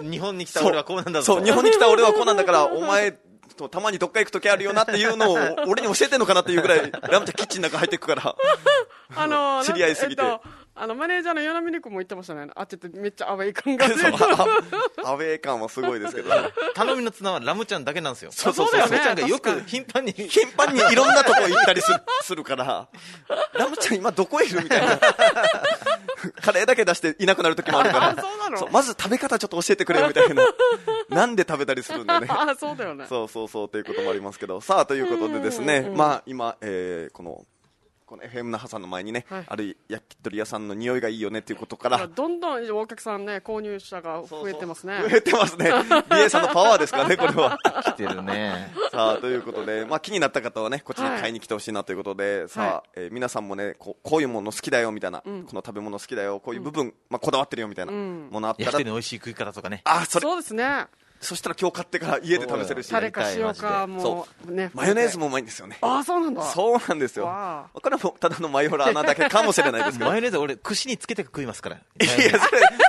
B: う日本に来た俺はこうなんだぞ
A: そう、
B: と
A: 日本に来た俺はこうなんだから、お前とたまにどっか行く時あるよなっていうのを、俺に教えてんのかなっていうぐらい、ラムちゃんキッチンの中入って くから。
C: あのー
A: 知り合いすぎて
C: なんえっとあのマネージャーの米美子も言ってましたねあっちってめっちゃアウェイ感 が
A: そうあアウェー感はすごいですけど。
B: 頼みの綱はラムちゃんだけなんですよ。
A: そうそうそう
C: あそうだ
B: ラ
C: よね
B: ムちゃんがよく頻繁に。
A: 頻繁にいろんなとこ行ったりするするから、ラムちゃん今どこいるみたいな。カレーだけ出していなくなる時もあるから。
C: あそうなの
A: まず食べ方ちょっと教えてくれよみたいな。なんで食べたりするんだね。
C: あ そうだよね
A: そうそうそうということもありますけど、さあということでですね、まあ今、えーこの、この FM 那覇さんの前にね、
C: はい
A: ある焼き鳥屋さんの匂いがいいよねっていうことか
C: だから
A: ら、
C: どんどんお客さんね購入者が増えてますね
A: 増えてますね。リエさんのパワーですからね、これは。
B: 来てるね。
A: さあということで、まあ、気になった方はねこっちに買いに来てほしいなということで、さあ、えー皆さんもねこうこういうもの好きだよみたいな、この食べ物好きだよこういう部分、まあ、こだわってるよみたいなものあった
B: 焼
A: ら、
B: き鳥の美味 しい食い方とかね。
A: あそれ
C: そうですね
A: そしたら今日買ってから家で試せるし
B: そうだ
C: 誰
B: よ
C: か塩かも
A: そう
C: ね
A: マヨネーズもうまいんですよね
C: ああそうなんだ
A: そうなんですよ
C: わ
A: これはもうただのマヨラーなだけかもしれないですけどい
B: マヨネーズ俺、串につけて食いますから。
A: やそれ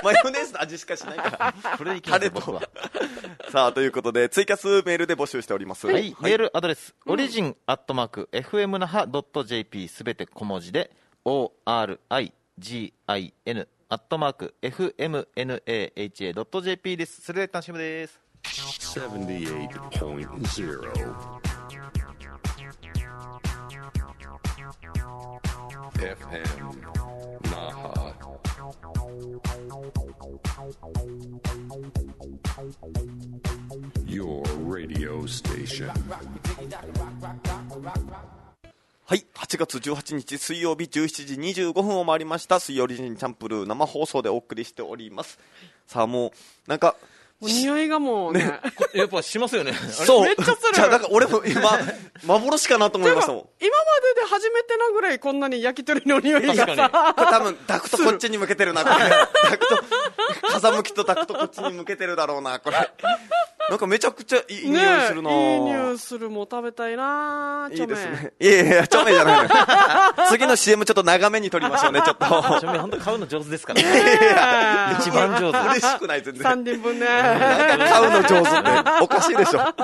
A: マヨネーズの味しかしないから
B: これでいき
A: タ
B: ます
A: レ
B: よ、
A: と
B: 僕 は。
A: さあということでツイキャスメールで募集しております
B: はい、メールアドレス、オリジンアットマーク、FM 那覇 .jp すべて小文字で、ORIGIN アットマーク、FMNAHA.jp です。それでは、楽しみです。
D: 78.0 FM Naha. Your radio station.
A: はい、8月18日水曜日17時25分を回りました水曜日にチャンプルー生放送でお送りしておりますさあもうなんか
C: もう匂いがもうね。
B: やっぱしますよ ね。
A: そう。
C: めっちゃする
A: じゃあなんか俺も 今、幻かなと思い
C: ていう
A: ま
C: か
A: した
C: 今
A: も
C: ま
A: ん。
C: でで初めてなぐらいこんなに焼き鳥の匂いが
B: 確かに
C: さ、
A: これ多分、ダクトこっちに向けてるな、これ。ダクト、風向きとダクトこっちに向けてるだろうな、これ。なんかめちゃくちゃいいいい
C: ね
A: 匂いするな、
C: えいい匂いするもう食べたいなチ
A: い
C: ョ
A: いで
C: メ
A: すね。いやいや、著名じゃないのよ。次の CM ちょっと長めに撮りましょうね、ちょっと。
B: ちなみに本当買うの上手ですからね。
C: ねえ
B: 一番上手。
A: 嬉しくない、全然。
C: 三人分ね
A: なんか買うの上手 って、おかしいでしょ。さ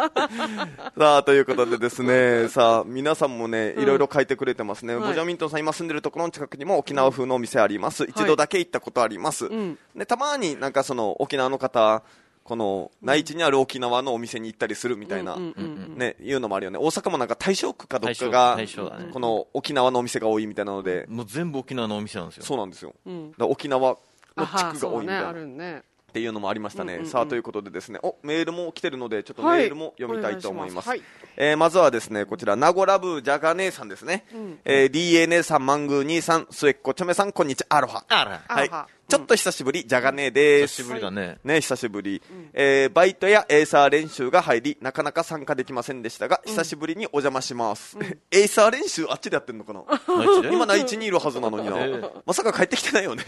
A: あ、ということでですね、さあ、皆さんもね、いろいろ書いてくれてますね。
C: はい
A: ボジョミントンさん、今住んでるところの近くにも沖縄風のお店あります。一度だけ行ったことあります。
C: ん
A: で、たまになんかその沖縄の方、この内地にある沖縄のお店に行ったりするみたいな、
C: うんうんうん
A: ね、いうのもあるよね。大阪もなんか大正区かどっかが
B: 大、正大正だね
A: この沖縄のお店が多いみたいなので、
B: もう全部沖縄のお店なんですよ。
A: そうなんですよ。
C: うん
A: だから沖縄の
C: あは
A: 地区が多いみたい
C: そうね
A: な
C: あ。るね
A: っていうのもありましたね、
C: うんうんうん
A: さあということでですねおメールも来てるのでちょっとメ
C: はい
A: ールも読みたいと思います,、
C: お願いし
A: えーまずはですねこちら名護ラブジャガ姉さんですね、えー、DA 姉さんマングー兄さん末っ子チョメさんこんにちはアロハ
B: あら。
C: アロ
A: はい
C: ハ
A: ちょっと久しぶり、ジャガネで
B: 久
A: す
B: しぶりだね。
A: ね、久しぶり、えーバイトやエイサー練習が入りなかなか参加できませんでしたが、久しぶりにお邪魔します、 エイサー練習あっちでやってんのかな
B: マジで
A: 今内地にいるはずなのにな、
B: ええ
A: まさか帰ってきてないよ ね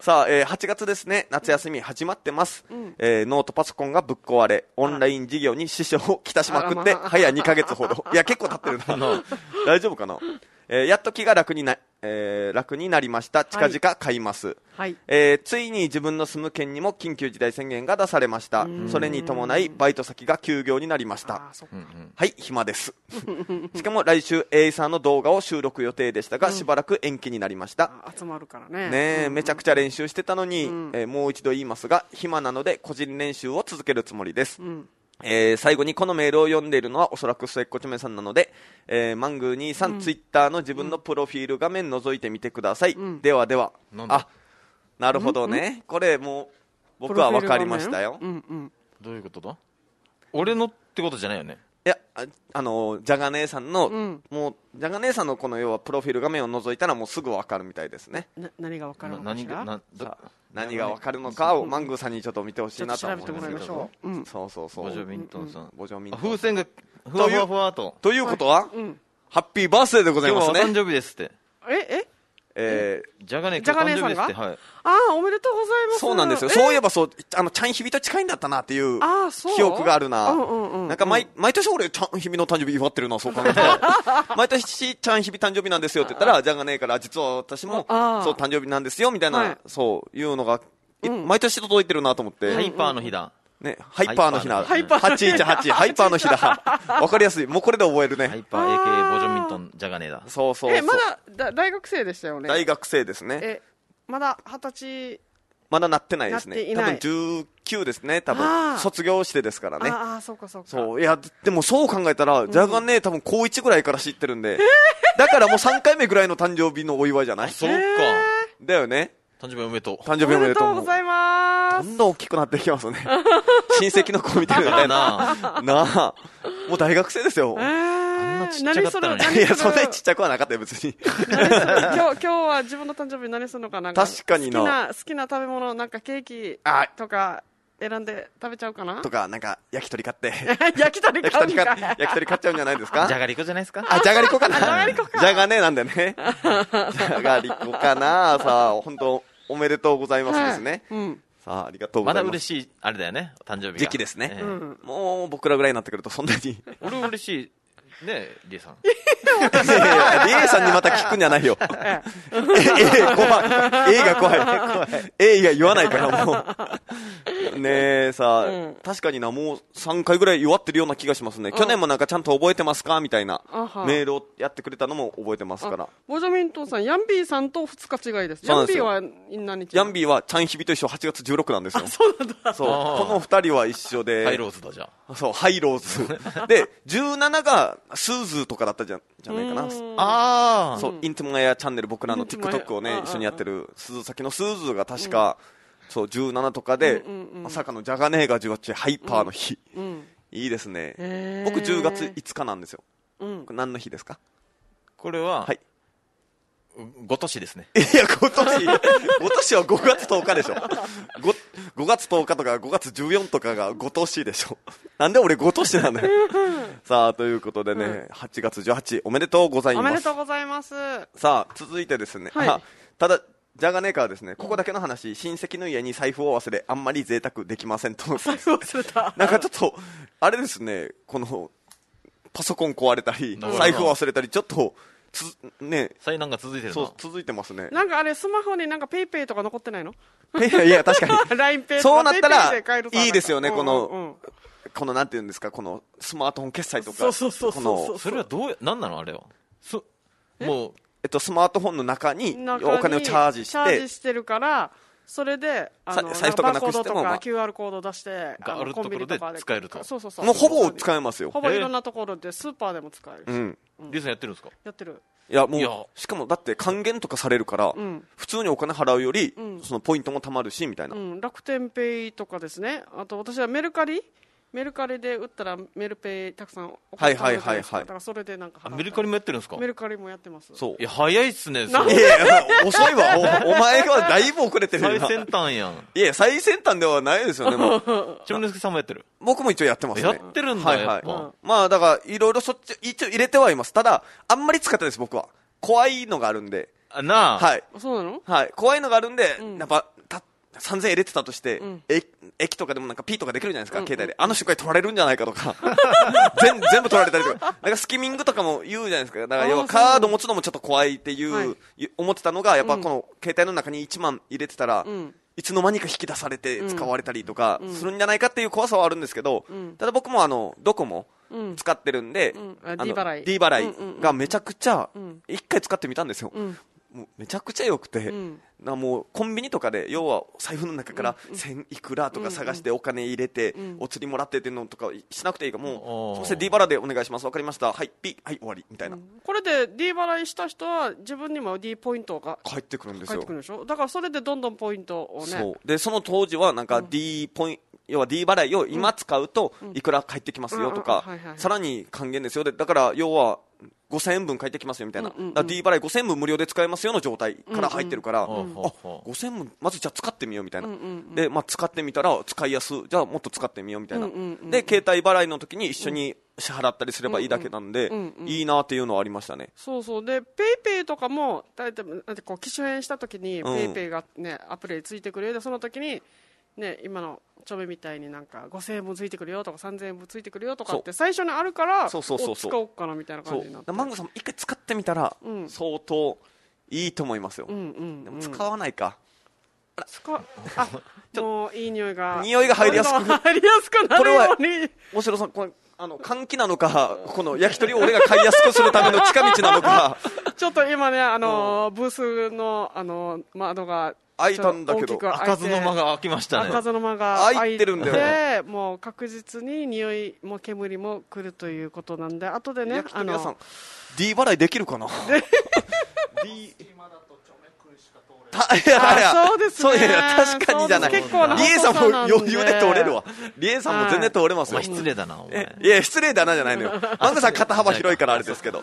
A: さあ、えー8月ですね夏休み始まってます、えーノートパソコンがぶっ壊れオンライン授業に支障をきたしまくって
C: あらまあ
A: 早2ヶ月ほ どいや結構経ってるな大丈夫かな、えーやっと気が楽にな、えー楽になりました近々買います、
C: はい
A: えーついに自分の住む県にも緊急事態宣言が出されましたそれに伴いバイト先が休業になりました
C: あそっ
B: う
C: か
B: んうん
A: はい、暇です。 しかも来週、A さんの動画を収録予定でしたが、しばらく延期になりました。
C: あ集まるからね
A: ねえ、めちゃくちゃ練習してたのに、
C: ん
A: えーもう一度言いますが、暇なので個人練習を続けるつもりです。
C: ん
A: えー最後にこのメールを読んでいるのはおそらく末っ子ちょめさんなので、えーマングー兄さん、ツイッターの自分のプロフィール画面覗いてみてください。ではでは
B: な。んだ
A: あ、なるほどね。これもう、僕は分かりましたよ。
C: プロフィール画面うん
B: どういうことだ俺のってことじゃないよね。
A: いやああのジャガ姉さんの、
C: ん
A: もうジャガ姉さんのこの要はプロフィール画面を覗いたらもうすぐ分かるみたいですね
C: うんな何がわかる
B: な
C: のか
B: 何
C: し
B: が、
C: ら
B: な、ど
A: さあ何が分かるのかをマングーさんにちょっと見てほしいなとは思いますけど
C: ちょっと調べてもらいましょううん
A: そうそうそ
B: ボジョ
A: う
B: ミントンさん。
A: ボジョミン
B: あ
A: トン
B: 風船が、ふわふわふわと。
A: ということは、
C: うん
A: ハッピーバースデーでござい
B: 今
A: ま
B: 日
A: す
B: はお誕
A: ね、
B: 生日ですって。
C: ええ
A: えー
B: じゃがね、
C: じ
B: 今
C: ゃ
B: 日
C: が
B: 誕生日
C: ね
B: ですって。
C: さん
B: はい。
C: ああおめでとうございます
A: そうなんですよ、
C: え
A: そういえばそうあのちゃんひびと近いんだったなっていう
C: あーそう
A: 記憶があるな、
C: うんうんうん
A: なんか毎毎年俺、ちゃんひびの誕生日祝ってるな、そう考え たら毎年、ちゃんひび誕生日なんですよって言ったら、じゃがねえから、実は私も
C: あー
A: そう誕生日なんですよみたいな、
C: はい
A: そういうのが、い毎年届いてるなと思って、
B: ハイパーの日だ。
A: ね、ハイパーの日な、
B: ハ
C: イパーの日
A: 818、ハ イパーの日だ、わかりやすい、もうこれで覚えるね、
B: ハイパー AKA ボジョミントンじゃがねだ。
A: そうそうそう
C: えまだだ大学生でしたよね
A: 大学生ですね、
C: えまだ二十歳
A: まだなってないですね、
C: なってい
A: 多
C: な
A: 分
C: い
A: 19ですね、多
C: あ
A: 分
C: ー
A: 卒業してですからね。
C: ああそうかそうか
A: そういやでもそう考えたら、ジャガンね、多分高1ぐらいから知ってるんで、だからもう3回目ぐらいの誕生日のお祝いじゃない
B: そうか。
A: だよね、
B: 誕生日おめでとう。
A: 誕生日お
C: おめ
A: め
C: で
A: で
C: と
A: と
C: う
A: う
C: ご
A: も
C: ざいま
A: ど
C: す
A: んどん大きくなってきますね、親戚の子みたいなな
B: なあ。
A: あ、もう大学生ですよ、
C: えー
B: なちっちゃかったのに
C: 何す
A: い
C: る
A: や、そんなに
C: 何
A: ちっ
C: す
A: ちゃくはなかったよ、別に、
C: る何する今日今日は自分の誕生日何するのかな
A: 確かにな
C: 好きな好きな食べ物なんかケーキ
A: あ
C: とか選んで食べちゃうかな
A: とか、なんか焼き鳥買って、
C: 焼き鳥
A: 焼き
C: 買うん
A: 鳥買
C: か
A: っ
C: い
A: 焼き鳥買っちゃうんじゃないですか、
B: じゃがりこじゃないですか
A: あ、じゃがりこかな。じ
B: ゃがり
A: こか。じゃがねなんだよね。じゃがりこかな。さあ、本当おめでとうございますですね。
C: はいうん
A: さあ、ありがとうご
B: ま
A: ざ
B: だ
A: います
B: 嬉。しい、あれだよね、誕生日が。
A: 時期ですね
B: ええ
C: うん
A: もう僕らぐらいになってくるとそんなに。い
B: 俺嬉しい、ねえ、リエさん。
A: やいやリエさんにまた聞くんじゃないよ。 え、え、怖い。A が怖い。A が言わないからもう。ねえ、さあ、
C: うん
A: 確かにな、もう3回ぐらい弱ってるような気がしますね。去年もなんかちゃんと覚えてますかみたいな
C: あは
A: メールをやってくれたのも覚えてますから
C: あ。ボジョミントンさんヤンビーさんと2日違いです
A: そう
C: ヤ
A: な
C: ン
A: んで
C: ビ
A: す
C: ー
A: よ
C: は何日
A: ヤンビーはチャンヒビと一緒8月16なんですよ。
C: そうなんだ
A: そう
B: あー
A: この2人は一緒で、
B: ハイローズだじゃ
A: そうハイローズで17がスーズーとかだったじゃじゃないかな、
B: ああ
A: そうインティマヤチャンネル、僕らの
C: インティマヤ
A: TikTok を
C: あ
A: ね
C: あ
A: 一緒にやってる、鈴崎のスーズーが確か、そう17とかで、まさかのジャガネーが18、ハイパーの日、いいですね
C: へー、
A: 僕、10月5日なんですよ、
C: うん
A: これ何の日ですか
B: これは、
A: はい
B: ごとしですね。
A: いや、今年、今年は5月10日でしょ。5, 5月10日とか5月14とかがご当市でしょ。なんで俺ご当市なん だよ。さあ、ということでね、8月18おめでとうござい
C: お
A: ま
C: めですと。うございます。
A: さあ、続いてですね。
C: はい
A: あただ、ジャガネーカーはですね、ここだけの話、親戚の家に財布を忘れ、あんまり贅沢できません と。
C: 財布忘れた。
A: なんかちょっと、あれですね、この、パソコン壊れたり、
B: なるほど
A: 財布忘れたり、ちょっと、つ、ね、
B: 災難が続いてるな
A: そう、続いてますね。
C: なんかあれ、スマホになんかペイペイとか残ってない の
A: いやいや、確かに。
C: ?LINE ペイとか
A: そうなったら
C: PayPay で買えるさ
A: いいですよね
C: なん
A: こ
C: か
A: の
C: うんうんうん
A: このなんていうんですか、このスマートフォン決済とか、
C: そうそうそうそう
A: この
B: それはどうやなんなのあれはそもう
A: えっと、スマートフォンの中に
C: 中に
A: お金をチャージ
C: チ
A: し
C: ャージ
A: て、
C: してるからそれであの
A: さ財布とかなくしても
C: バーコードと
A: ま
C: か
A: あ
C: QR コード出して
B: が
C: の
B: あるところで
C: コンビニか
B: 使えると
C: そうそうそう
A: もうほぼ使
C: え
A: えますよ
C: ほ。ぼいろんなところでスーパーでも使えるし、
A: うん。
B: リュウさんやってるんですか
C: やってる
A: いや、も
B: いうや、
A: しかもだって還元とかされるから、
C: うん
A: 普通にお金払うより、
C: うん
A: そのポイントも貯まるし、みたいな。
C: うん、楽天ペイとかですねあと私はメルカリメルカリで売ったらメルペイたくさんお金
A: はいはいはいはい
C: 貯まるじゃなですかだからそれでなんか払
B: あ
C: った
B: メルカリもやってるんですか
C: メルカリもやってます
A: そう。
B: いや早いっすねそ
A: い
B: れ
A: やいや、遅いわ。おお前はだいぶ遅れてる
B: 最
A: よな。
B: 先端やん
A: いや、最先端ではないですよね、も う。
B: ちなみにすけさんもやってる
A: 僕も一応やってますね。
B: やってるんだ
A: はいは
B: や
A: い
B: っぱ
A: まあだから、いろいろそっち、一応入れてはいます。ただ、あんまり使ってないです、僕は。怖いのがあるんで。
B: あなあ
A: はい。
C: あそうなの
A: はい。怖いのがあるんで、
C: ん
A: やっぱ、た3000円入れてたとして、
C: ん
A: え駅とかでもなんか P とかできるじゃないですか、
C: うん
A: 携帯で。あの瞬間に取られるんじゃないかとか。 全全部取られたりとか。なんかスキミングとかも言うじゃないですか。だから要は
C: あーそうなんだ
A: カード持つのもちょっと怖いっていう、
C: はい
A: ゆ思ってたのが、やっぱこの携帯の中に1万入れてたら、
C: うん
A: いつの間にか引き出されて使われたりとかするんじゃないかっていう怖さはあるんですけど、
C: ん
A: ただ僕もあの、ドコモ
C: うん
A: 使ってるんで、
C: んあ
A: あの
C: D 払い
A: D
C: うんうん
A: 払
C: うん
A: いがめちゃくちゃ
C: ん、
A: 一回使ってみたんですよ。
C: うん
A: もうめちゃくちゃ良くて、
C: ん
A: なもうコンビニとかで要は財布の中から1000いくらとか探してお金入れて、お釣りもらってっていうのとかしなくていいからも
B: お
A: うす
B: ー
A: いません D バラでお願いしますわかりましたはいピッはい終わりみたいな、
C: これで D 払いした人は自分にも D ポイントが
A: 返ってくるんです
C: 返
A: よ
C: ってくるでしょだからそれでどんどんポイントをね
A: そうでその当時はなんか D ポイン要は D 払いを今使うといくら返ってきますよとか
C: うんうんうんはいはいはい
A: さらに還元ですよでだから要は5000円分返ってきますよみたいな、
C: うんうんうん
A: だから D 払い5000円分無料で使えますよの状態から入ってるから、
B: うんうんうん
A: あ5000円分まずじゃあ使ってみようみたいな、
C: うんうん
A: で、まあ、使ってみたら使いやすじゃあもっと使ってみようみたいな、
C: うんうんうん
A: で携帯払いの時に一緒に支払ったりすればいいだけなんで、
C: うんうん
A: いいなっていうのはありましたね
C: そうそうでペイペイとかも大体だってこう機種変した時に
A: うん
C: ペイペイがねアプリでついてくれるでその時にね今のちょめみたいになんか5000円分ついてくるよとか3000円分ついてくるよとかって最初にあるから
A: そうそうそうそう
C: お使おうかなみたいな
A: そ
C: 感
A: う
C: じに
A: だ
C: なっ
A: か
C: て
A: らマンゴーさんも一回使ってみたら
C: うん
A: 相当いいと思いますよ、
C: うんうん
A: で
C: う
A: も
C: ん
A: 使わないか、
C: 使う あもういい匂いが
A: 匂いが入りやすく
C: どんどん 入りやすくなるように
A: 大城さんこれあの換気なのかこの焼き鳥を俺が買いやすくするための近道なのか
C: ちょっと今ね、あのーブースの、あのー窓が
A: 開いたんだけど
C: ちょっと大きく開い
B: 開
C: て
B: かずの間が開きました
C: 開
B: ね
C: かずの間が開いて
A: 開いてるんだ
C: もう確実に匂いも煙も来るということなんで、後でね
A: 焼き、
C: あ
A: 鳥屋さん
C: の
A: D 払いできるかな D
C: あ
A: いやいや
C: そうですね
A: いやいや確かにじゃない。
C: そう
A: リ
B: 結
C: です
B: 構な
A: エさんも余裕で通れるわ。リエさんも全然通れます
B: お
A: よ
B: 前。失礼だなお前
A: えいや、失礼だなじゃないのよ。マンゴーさん肩幅広いからあれですけど。え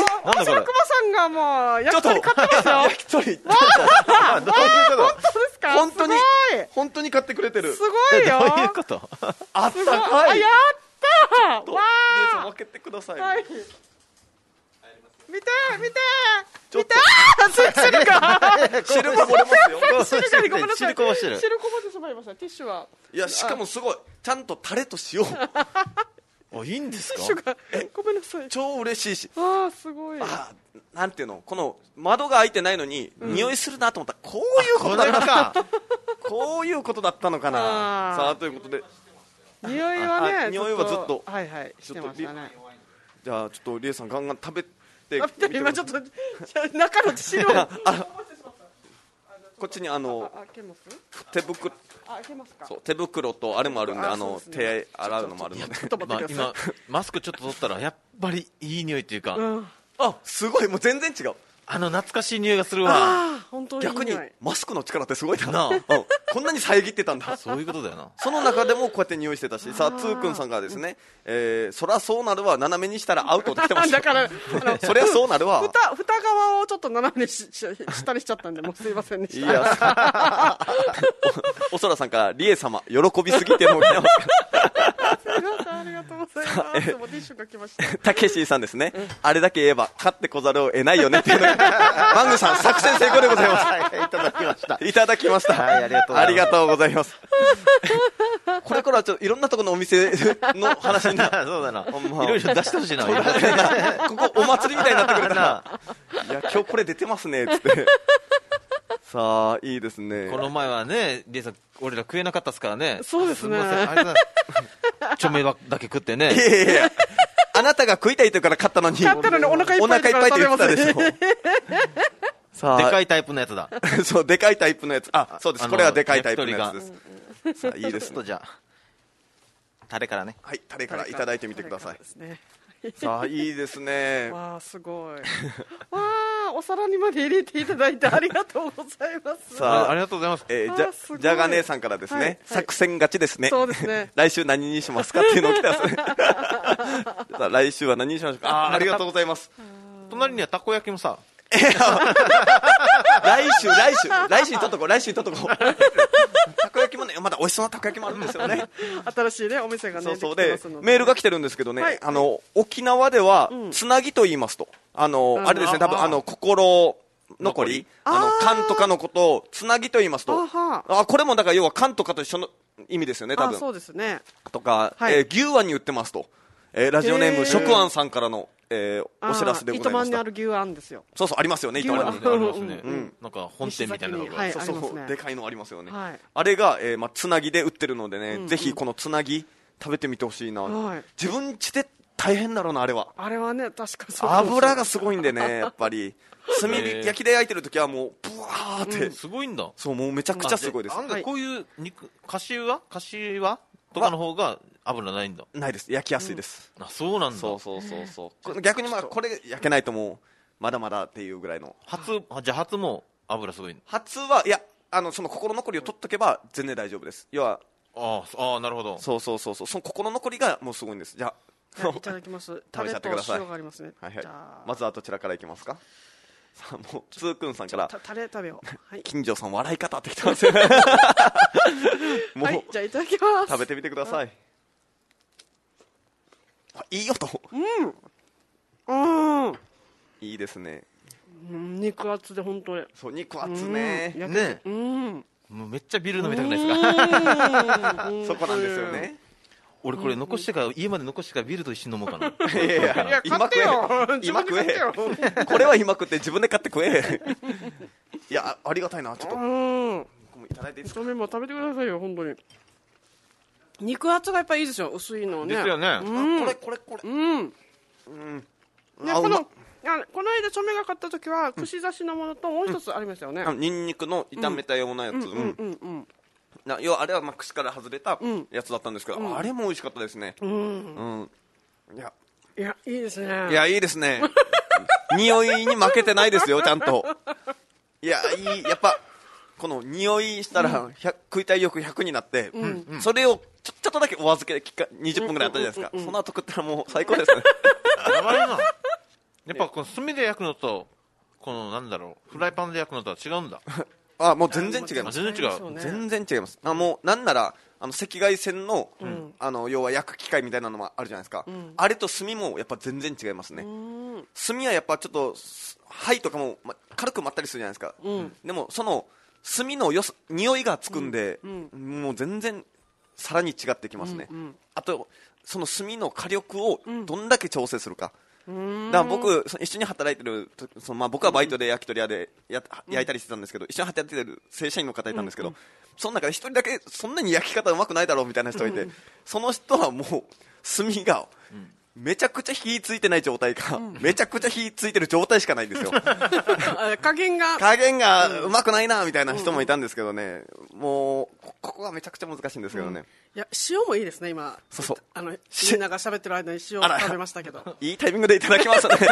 A: え
B: なんだこれ
C: 熊さんがもう、
A: ーちょ
C: 焼
A: っ
C: き鳥買ってます
A: と、
C: よ。
A: 焼き鳥、ちょっと、
B: あどういうこ
C: そうですか
A: 本当に
C: す
A: 本当に買ってくれて
C: ご
A: る
C: い。。すごい よ。
B: とどういうこと
A: あった
C: あ、
A: かい。
C: や
A: ち
C: っ
A: ょったと
C: わ
A: リエさん
C: ー
A: 分けてください。
C: はい。見て見て
A: ちょっと
C: シルカ
A: 汁こぼれますよ。
C: シルカにごめんなさ
B: 汁
C: い
B: こぼしてる
C: 汁こぼしてしまいましたティッシュはい
A: や、しかもすごい。ちゃんとタレと塩。
B: あいいんです
C: ティッシ
B: か
C: ュがごめんなさい
A: 超嬉しいし。
C: ああすごい
A: あーなんていうのこの窓が開いてないのに、匂いするなと思ったらこういうことだったかこういうことだったのかな
C: あー
A: さあということで
C: 匂いは
A: あ
C: ね
A: 匂いはずっと
C: はいはいしてましたね
A: じゃあちょっとリエさんガンガン食べてみ
C: あ
A: て
C: 見て今ちょっと中の 汁を
A: ああこっちにあの
C: あ開けます
A: 手袋
C: あ開けますか
A: そう手袋とあれもあるんで
C: あ
A: あの
C: そうで
A: 手
C: すね
A: 洗うのもあるので
C: ちょっと
B: まあ
C: 待ってくださ
B: 今マスクちょっと取ったらやっぱりいい匂いっていう か
C: いうん
A: あすごいもう全然違う
B: あの懐かしい匂いがするわ
C: ああ本当にいい
A: 逆に
C: 匂い
A: マスクの力ってすごいな
B: なあ
A: うんこんなに遮ってたんだ
B: そういうことだよな
A: その中でもこうやって匂いしてたし、さあ、つーくんさんがですね、えー、そりゃそうなるわ、斜めにしたらアウトできてました
C: だ
A: よ。
C: からあの
A: そりゃそうなるわ。
C: 蓋蓋側をちょっと斜めにしし下にしちゃったんでもうすいませんで
A: い
C: した
A: や、 おおそらさんから、リエ様、喜びすぎてるのを聞いてますけ
C: すいませんありがとうござい ますもうティッシュが来ました
A: どたけしさんですね、あれだけ言えば、勝ってこざるを得ないよねっていうのが、 マングさん、作戦成功でございます。
B: はいいただきました
A: いただきました。
B: はいありがとうございます
A: ありがとうございます。 これからはちょっといろんなところのお店の話にな
B: そうだな、
A: ほんま
B: いろいろ出してほしいな
A: そうだねここお祭りみたいになってくれたらいや今日これ出てますねっつってさあいいですね
B: この前はね、リエさん、俺ら食えなかったですからね、
C: そうですね
B: みませんありがとうございますちょめばだけ食って
A: い
B: ね、
A: やいやいやあなたが食いたいというから買ったのに
C: 買ったのにお腹いっぱい
A: お腹いっぱいって言ってたでしょ
C: 食べ
A: さあ
B: でかいタイプのやつだ、
A: そうでかいタイプのやつあそうで
B: あ
A: す
B: の
A: これはでかいタイプのやつ
B: 焼
A: ですさあいいで
B: ち
A: す
B: ょっと
A: ね
B: じゃあ、タレからね、
A: はいタレからいただいてみてください
C: ですね
A: さあいいですね
C: わあすごいわあお皿にまで入れていただいてありがとうございます
A: さあ
B: あありがとうございます、
A: えー
C: あー
A: じゃ
C: すごい
A: じゃが姉さんからですね、
C: はいはい
A: 作戦勝ちですね
C: そうですね
A: 来週何にしますかっていうのを来た んですねさあ来週は何にしましょうかあーありがとうございます
B: 隣にはたこ焼きもさ、
A: 来週来週来週にとっとこう来週にとっとこうたこ焼きもねまだ美味しそうなたこ焼きもあるんですよね
C: 新しいねお店がね
A: そうそう
C: できて
A: で
C: ますので
A: メールが来てるんですけどね、
C: はい
A: あの沖縄では
C: ん
A: つなぎと言いますとあの、
C: うん
A: あれですね多分
B: あー
A: あの心残
B: 残
A: り
B: り
A: あ
C: あ
A: の
C: ー
A: 缶とかのことをつなぎと言いますと
C: あは
A: あこれもだから要は缶とかと一緒の意味ですよね多
C: あ
A: 分
C: そうですね
A: とか、
C: はい
A: えー牛庵に売ってますと、えーラジオネー
C: へ
A: ム
C: ー
A: 食庵さんからの、えー
C: あー
A: お知らせでござ
C: 糸
A: いま
C: 満
A: し
C: にあ
A: た
C: る牛あんですよ
A: そうそうありますよね糸満
B: あ
A: に
B: りますね、
C: うん
B: なんか本店みたいなの
C: 西
B: が、
C: 崎にはい
A: そう
C: ありま
A: そ
C: す
A: う、
C: ね
A: でかいのありますよね、
C: はい
A: あれが、えーまあ、つなぎで売ってるのでね、
C: ん
A: ぜひこのつなぎ食べてみてほしいな、
C: はい
A: 自分家で大変だろうなあれは
C: あれはね確かそうかもしれない
A: 油がすごいんで ねやっぱり炭火
B: へー
A: 焼きで焼いてる時はもうブワーって、
B: すごいんだ、
A: そうもうめちゃくちゃすごいです、
B: あ案外こういう肉、かしわ、かしわとかの方が油ないんだ、
A: ないです焼きやすいです、
B: あそうなんだ、
A: そうそうそうそうこ逆にまあこれ焼けないともうまだまだっていうぐらいの
B: 初あじゃあ、初も油すごいんだ、
A: 初はいやあのその心残りを取っとけば全然大丈夫です要は
B: あーあー、なるほど、
A: そうそうそうそうその心残りがもうすごいんですじゃあ
C: はいいただ きますタ
A: べ
C: レ
A: ちゃって
C: と
A: ください
C: 塩がありますね
A: はいはい
C: じゃあ、
A: まずはどちらからいきますかさあもうつーくんさんから
C: たタレ食べようはい、
A: 金城さん笑い方ってきてますよ もう、
C: はい、じゃあいただきます
A: 食べてみてくださいあいい音
C: うん
A: いいですね
C: うん肉厚で本当に
A: そう肉厚ね
C: うん
B: ね
C: うん
B: もうめっちゃビール飲みたくないですか。
A: そこなんですよね
B: 俺これ残してから家まで残してからビールと一緒に飲もうかな
A: いやいや
C: いや買ってよ
A: 今食え
C: 自分で買ってよ
A: これは今食って自分で買って食えいやありがたいなちょっと
C: うん
A: 僕もいただいていいですか
C: 太麺も食べてくださいよ本当に肉厚がやっぱいいですよ薄いのね
B: ですよね
C: うん
A: これこれこれ
C: うんで
A: あ
C: この
A: うま
C: あこの間チョメが買った時は串刺しのものともう一つありましたよね
A: あのニンニクの炒めたようなやつ、
C: うんうんうん
A: な要はあれはまあ串から外れた
C: ん
A: やつだったんですけど、あれも美味しかったですね、
C: うん
A: うんいや
C: いやいいですね
A: いやいいですね匂いに負けてないですよちゃんといやいいやっぱこの匂いしたら100食いたい欲100になって、それをちょちょっとだけお預けで期間20分ぐらいあったじゃないですか、その後食ったらもう最高ですね
B: やばいなやっぱこの炭で焼くのとこのなんだろうフライパンで焼くのとは違うんだ
A: あもう全然違い
B: あ
A: ます
B: 全然違う
C: そうね
A: 全然違いますあもうなんならあの赤外線の,、あの要は焼く機械みたいなのもあるじゃないですか、あれと炭もやっぱ全然違いますね炭はやっぱちょっとす灰とかも、ま、軽く舞ったりするじゃないですか、でもその炭のよさ匂いがつくんで、もう全然さらに違ってきますね、あとその炭の火力をどんだけ調整するか、だから僕そ一緒に働いてるとその、まあ、僕はバイトで焼き鳥屋でや焼いたりしてたんですけど、一緒に働いてる正社員の方いたんですけど、その中で一人だけそんなに焼き方うまくないだろうみたいな人がいて、その人はもう炭がめちゃくちゃ火ついてない状態か、めちゃくちゃ火ついてる状態しかないん ですよ
C: あ加減が
A: 加減がうまくないなみたいな人もいたんですけどね、もうこここがめちゃくちゃ難しいんですけどね、
C: いや塩もいいですね今
A: そうそう
C: あのみ
A: し
C: んなが喋ってる間に塩を
A: あら
C: 食べました けど
A: いいタイミングでいただきましたね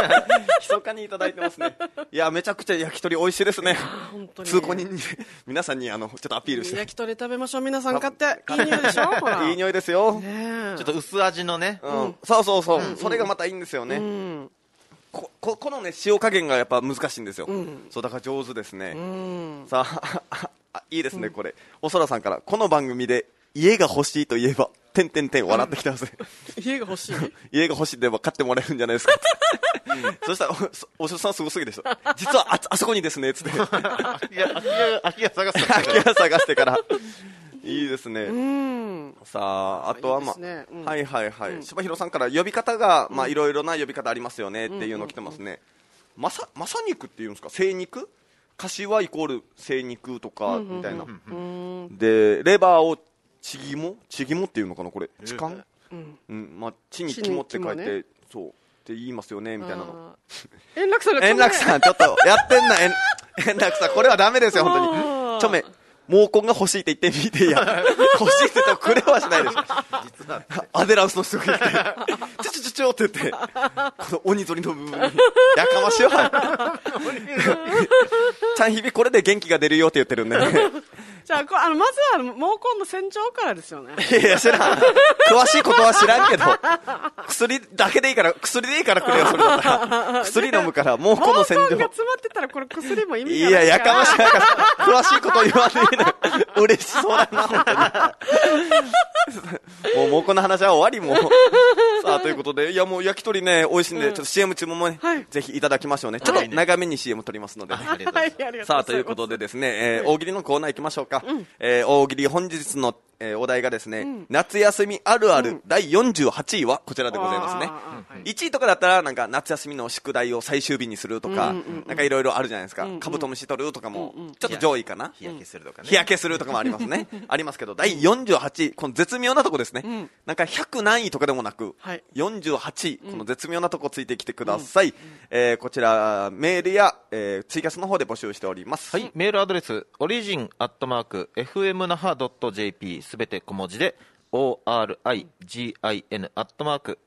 A: 密かにいただいてますねいやめちゃくちゃ焼き鳥美味しいですね
C: 本当に
A: 通行人に皆さんにあのちょっとアピールして
C: 焼き鳥食べましょう皆さん買っていい匂いでし ょほら
A: いい匂いですよ、
C: ねえ
B: ちょっと薄味のね、
A: うんそうそうそう、それがまたいいんですよね、
C: うん
A: こここのね塩加減がやっぱ難しいんですよ、
C: ん
A: そうだから上手ですね、
C: うん
A: さああいいですねこれおそらさんからこの番組で家が欲しいと言えばてんてんてん笑ってきたんですね
C: 家が欲しい
A: 家が欲し いでば買ってもらえるんじゃないですかそしたらおそお 嬢さんすごすぎでした実はあ あそこにですねつって
B: いや、秋が、秋が探す
A: 空 き家探してからいいですね、
C: うん
A: さああとはまあ
C: いいですねうん
A: はいはいはい、柴広さんから呼び方がまあいろいろな呼び方ありますよねっていうの来てますね、まさまさ肉っていうんですか精肉柏イコール精肉とかみたいな、
C: うん
A: でレバーをちぎもちぎもっていうのかなこれ痴漢、
C: うん
A: うんまあ、地に
C: 地
A: 肝
C: に
A: って書いて、
C: 肝ね
A: そうって言いますよねみたいなの
C: あー円楽さん が
A: 円楽さんちょっとやってんな円円楽さんこれはダメですよ本当
C: あー
A: にちょめ毛根が欲しいって言ってみていや欲しいって言ってもくれはしないでしょ
B: 実は、
A: アデランスの人がいて、 ちょちょちょちょって言って、この鬼ぞりの部分に、やかましいわ。ちゃん日々これで元気が出るよって言ってるんで、ね。
C: じゃあこあのまずはあの毛根の洗浄からですよね
A: いやいや、知らん。詳しいことは知らんけど、薬だけでいいから、薬でいいからくれよ、それだったら。薬飲むから、もう この
C: 毛
A: 洗
C: 根が
A: 浄。
C: 詰まってたらこれ薬も意
A: い
C: 味がな
A: や、
C: い
A: や
C: から
A: かましいから、詳しいこと言わねえのよ。嬉しそうだな、本 当に。もう、もうこの話は終わり、もう。さあ、ということで、いや、もう焼き鳥ね、美味しいんで、ちょっと CM 中もね、
C: はい
A: ぜひいただきましょうね。ちょっと長めに CM 撮りますので。
B: ありがとうございます。
C: はいありが
A: さあ、
C: ご
A: と
C: ざ
A: いう
C: ま
A: ことでですね、えー大喜利のコーナー行きましょうか。えー大喜利本日の、えーお題がですね、夏休みあるある第48位はこちらでございますね
C: あーあ。ーはい
A: 1位とかだったら、なんか夏休みの宿題を最終日にするとか、なんかいろいろあるじゃないですか。カブトムシ取るとかも、ちょっと上位かな。
B: 日焼けするとかね。
A: 日焼けするとかもありますね。ありますけど、第48位、この絶妙なとこですね。なんか100何位とかでもなく、
C: はい
A: 48位、この絶妙なとこついてきてください。えーこちら、メールや、えーツイキャスの方で募集しております。
B: はい、メールアドレス、オリジンアットマーク、fmnaha.jp、すべて小文字で、origin アットマーク、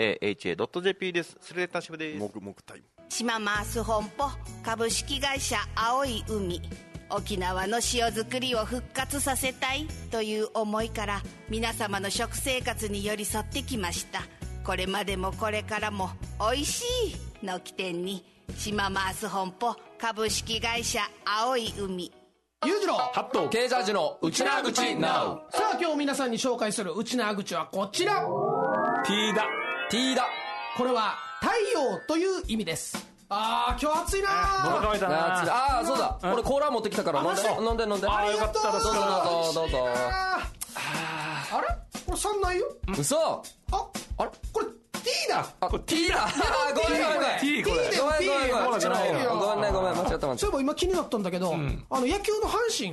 B: fmnaha.jp です。スレッタンシブです
A: も。ぐもぐタイム。
E: 島マース本舗株式会社青い海沖縄の塩作りを復活させたいという思いから皆様の食生活に寄り添ってきましたこれまでもこれからも「おいしい」の起点に島マース本舗株式会社青い海
F: ユージの八頭経済ジのうちなーぐちなうさあ今日皆さんに紹介するうちなーぐちはこちら
G: ティーダティーダ
F: これは太陽という意味ですああ今日暑いなー
G: 乾いた
H: あ
G: な
H: ーあーそうだ俺コーラ持ってきたから飲んで
F: あマジ
H: 飲んで飲んで
F: ありがとう
H: どうぞどうぞどうぞ
F: あーあれこれ3ないよ
H: 嘘
F: ああれこれ T だ
H: あティーだあーごめんごめんごめん
G: ティーこれ
H: ごめんごめんごめん
F: ティーだよティーだよ
H: ごめんごめん間違った間違った
F: そういえば今気になったんだけど、あの野球の阪神、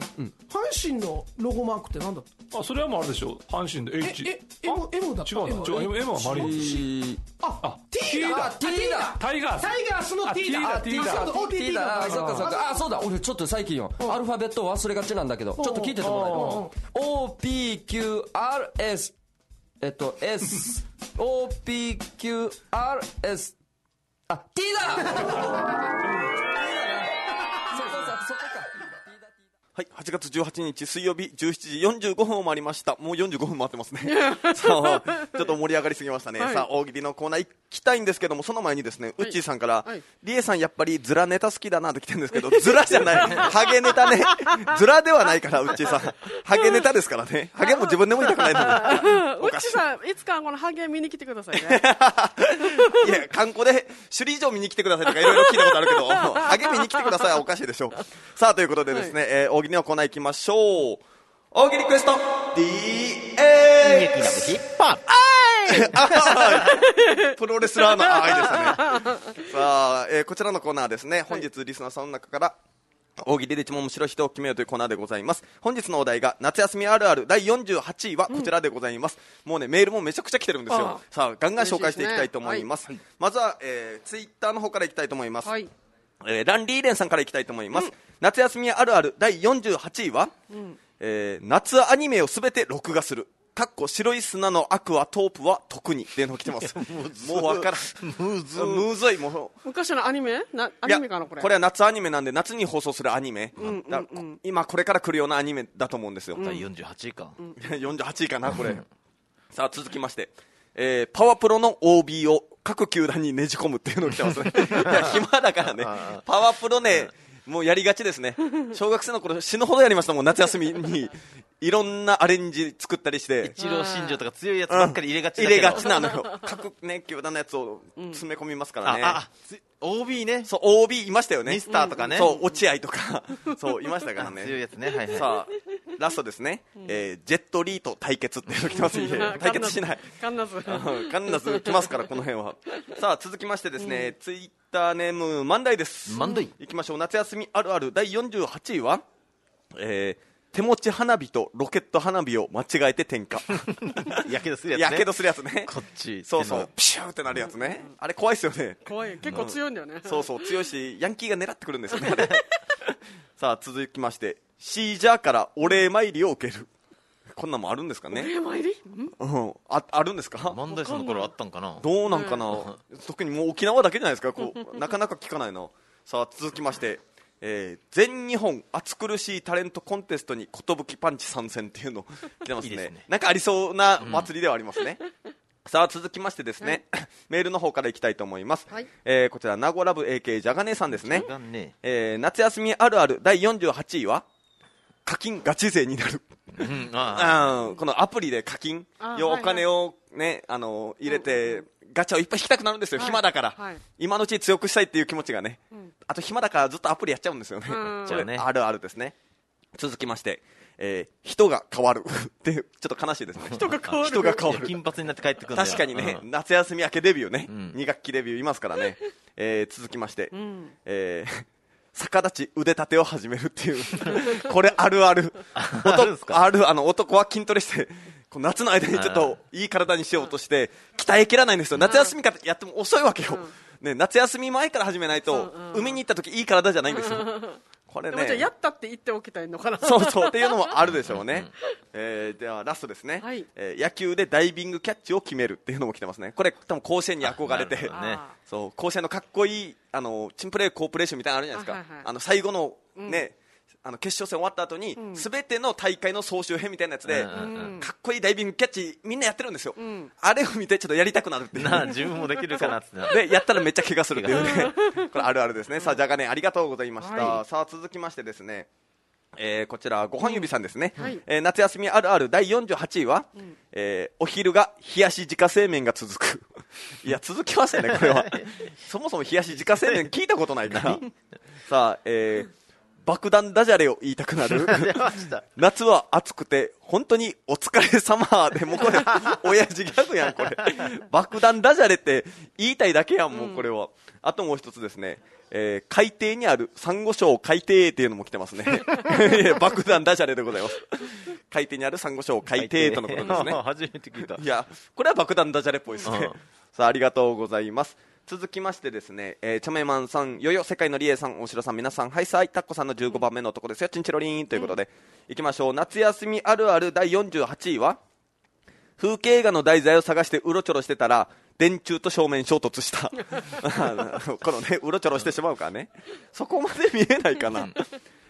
F: 阪神のロゴマークってなんだった
G: あそれはもうあれでしょ阪神で
F: え
G: H
F: え M, M だった
G: 違うな違う M- M はマリーンズ
F: あ
G: あ
F: T だ
H: あ T だ
F: タ
G: タ
F: イ
G: イ
F: ガ
G: ガ
F: ー
G: ー
F: ス
G: ス
F: の
G: あ
F: T だ
G: T だ
F: あ
G: T だ
F: T だ OTT だ
H: あーそっかそっかあーそうだ俺ちょっと最近よアルファベットを忘れがちなんだけどちょっと聞いててもらえる OPQRS えっと SOPQRS あ T だ T だねそこさそこか
A: はい、8月18日水曜日17時45分を回りました。もう45分回って ますね。さあ、ちょっと盛り上がりすぎましたね。
C: はい
A: さあ、大喜利のコーナー行きたいんですけども、その前にですね、ウッチーさんから、
C: はい
A: リエさんやっぱりズラネタ好きだなって来てるんですけど、ズラじゃ ない。ハゲネタね。ズラではないから、ウッチーさん。ハゲネタですからね。ハゲも自分でも言いたくないのに。お
C: う
A: かし
C: ち
A: い。
C: さんいつかこのハゲ見に来てください ね
A: いや、観光で首里城見に来てくださいとかいろいろ聞いたことあるけ ど、ハゲ見に来てくださいはおかしいでしょ。さあ、ということでですね、えー大喜利のコーナー行きましょう。大喜利クエスト DX! プロレスラーの愛で したね。さあ、えーこちらのコーナーはですね、本日リスナーさんの中から、大喜利で一問面白い人を決めようというコーナーでございます。本日のお題が、夏休みあるある第48位はこちらでございます。もうね、メールもめちゃくちゃ来てるんですよ
C: あ。
A: さあ、ガンガン紹介していきたいと思います。まずは、えー、ツイッターの方からいきたいと思います。
C: はい
A: えーランリーレンさんからいきたいと思います、夏休みあるある第48位は、えー夏アニメをすべて録画する。かっこ白い砂のアクアトープは特にっていうの来てます。もうわからん。むずむずい。もう
C: 昔のアニメなア
A: いや
C: ニメかなこれ
A: これは夏アニメなんで、夏に放送するアニメ、
C: ん
A: だからこ今これから来るようなアニメだと思うんですよ。
B: 第48位か、
A: 48位かな、これ。さあ、続きまして、えーパワプロの OB を各球団にねじ込むっていうのが来て ますね。いや、暇だからね、パワプロね、もうやりがちですね。小学生の頃死ぬほどやりましたもん、夏休みに。いろんなアレンジ作ったりして。
B: 一郎新庄とか強いやつばっかり入れがちだ
A: 入
B: けど、
A: れがちなのよ。 各ね、球団のやつを詰め込みますから
B: あ
A: ね。
B: あつ OB ね
A: そう、OB いましたよね。
B: ミスターとかね
A: そう、落合とか。そう、いましたからね。
B: 強いやつねはいはい
A: さあ、ラストですね、えージェットリーと対決っていうの来てますいや対決しない。
C: カンナズ
A: うんカンナズ来ますから、この辺は。さあ、続きましてですね、ツイッターネーム、万代です。
B: 万代
A: いきましょう、夏休みあるある第48位は、えー手持ち花火とロケット花火を間違えて点 火。
B: やけどするやつね
A: やけどするやつね。
B: こっち
A: そうそ
B: 手
A: う
B: の、
A: ピシューってなるやつね。あれ怖いですよね。
C: 怖い結構強いんだよね
A: そうそう、強いし、ヤンキーが狙ってくるんですよね。 さあ、続きまして、シージャーからお礼参りを受ける。こんなんもあるんですかね。
C: え参りん
A: うん、あ、あるんですか。
B: 万代さんの頃あったんかな
A: どうなんかな。特にもう沖縄だけじゃないですか、こう、なかなか聞かないな。さあ、続きまして。えー全日本暑苦しいタレントコンテストに寿パンチ参戦っていうの来てますね
B: いいですね
A: なんかありそうな祭りではありますね、さあ続きましてですね、 メールの方からいきたいと思います、
C: はい
A: えーこちら名護ラブ AK じゃがねさんですね
B: がね
A: えー夏休みあるある第48位は課金ガチ勢になる
B: うんあ
A: あーこのアプリで課金
C: あー
A: 要お
C: はいはい
A: 金を、ねあの入れてガチャをいっぱい引きたくなるんですよ、
C: はい
A: 暇だから、
C: はい
A: 今のうちに強くしたいっていう気持ちがね、あと暇だからずっとアプリやっちゃうんですよねこ
C: うん
A: れ
B: やっちゃうね
A: あるあるですね続きまして、えー人が変わる っていうちょっと悲しいですね人が
C: 変わる
A: 人が
B: あ
A: 変わる
B: 金髪になって帰ってくるんだよ
A: 確かにね、
B: うん
A: 夏休み明けデビューね、
B: ん
A: 2学期デビューいますからね、えー続きまして、
C: ん
A: えー逆立ち腕立てを始めるっていう これあるあるおと
B: あるんすか
A: あるあの男は筋トレしてこう夏の間にちょっといい体にしようとして鍛えきらないんですよ夏休みからやっても遅いわけよ、ね、夏休み前から始めないと、
C: うんうん
A: 海に行った時いい体じゃないんです よ、これ
C: でもじゃあ
A: ね
C: やったって言っておきたいのかな
A: そうそうっていうのもあるでしょうね、えーではラストですね、
C: はい
A: えー野球でダイビングキャッチを決めるっていうのも来てますねこれ多分甲子園に憧れて
B: あなるほどね
C: あ
A: そう甲子園のかっこいいあのチンプレーコープレーションみたいなのあるじゃないですかあ、
C: あはいはい
A: の最後のね、あの決勝戦終わった後に、すべての大会の総集編みたいなやつで、
B: うんうんうん
A: かっこいいダイビングキャッチみんなやってるんですよ、
C: ん
A: あれを見てちょっとやりたくなるっていう
B: なあ自分もできるかなっつっ てな
A: でやったらめっちゃ怪我するっていうね これあるあるですねさあじゃがねありがとうございました、
C: は
A: さあ続きましてですねえーこちらご飯指さんですね、
C: はい
A: えー夏休みあるある第48位は、えーお昼が冷やし自家製麺が続 くいや続きますよねこれ はそもそも冷やし自家製麺聞いたことない からさあ、えー爆弾ダジャレを言いたくな る夏は暑くて本当にお疲れ様でもうこれ親父ギャグやんこ れ爆弾ダジャレって言いたいだけやんもうこれは、あともう一つですね、えー海底にあるサンゴ礁海底っていうのも来てます ねいや爆弾ダジャレでございます海底にあるサンゴ礁海底とのことですね
B: 初めて聞いた
A: いや、これは爆弾ダジャレっぽいですね。
B: うん
A: さあ、ありがとうございます。続きましてですね、えー、チャメマンさん、よよ、世界のリエさん、大城さん、皆さん、はいさい、タッコさんの15番目の男ですよ、チンチロリンということで、いきましょう、夏休みあるある第48位は、風景画の題材を探してうろちょろしてたら、電柱と正面衝突した。 あのこのね、うろちょろしてしまうからね。そこまで見えないかな。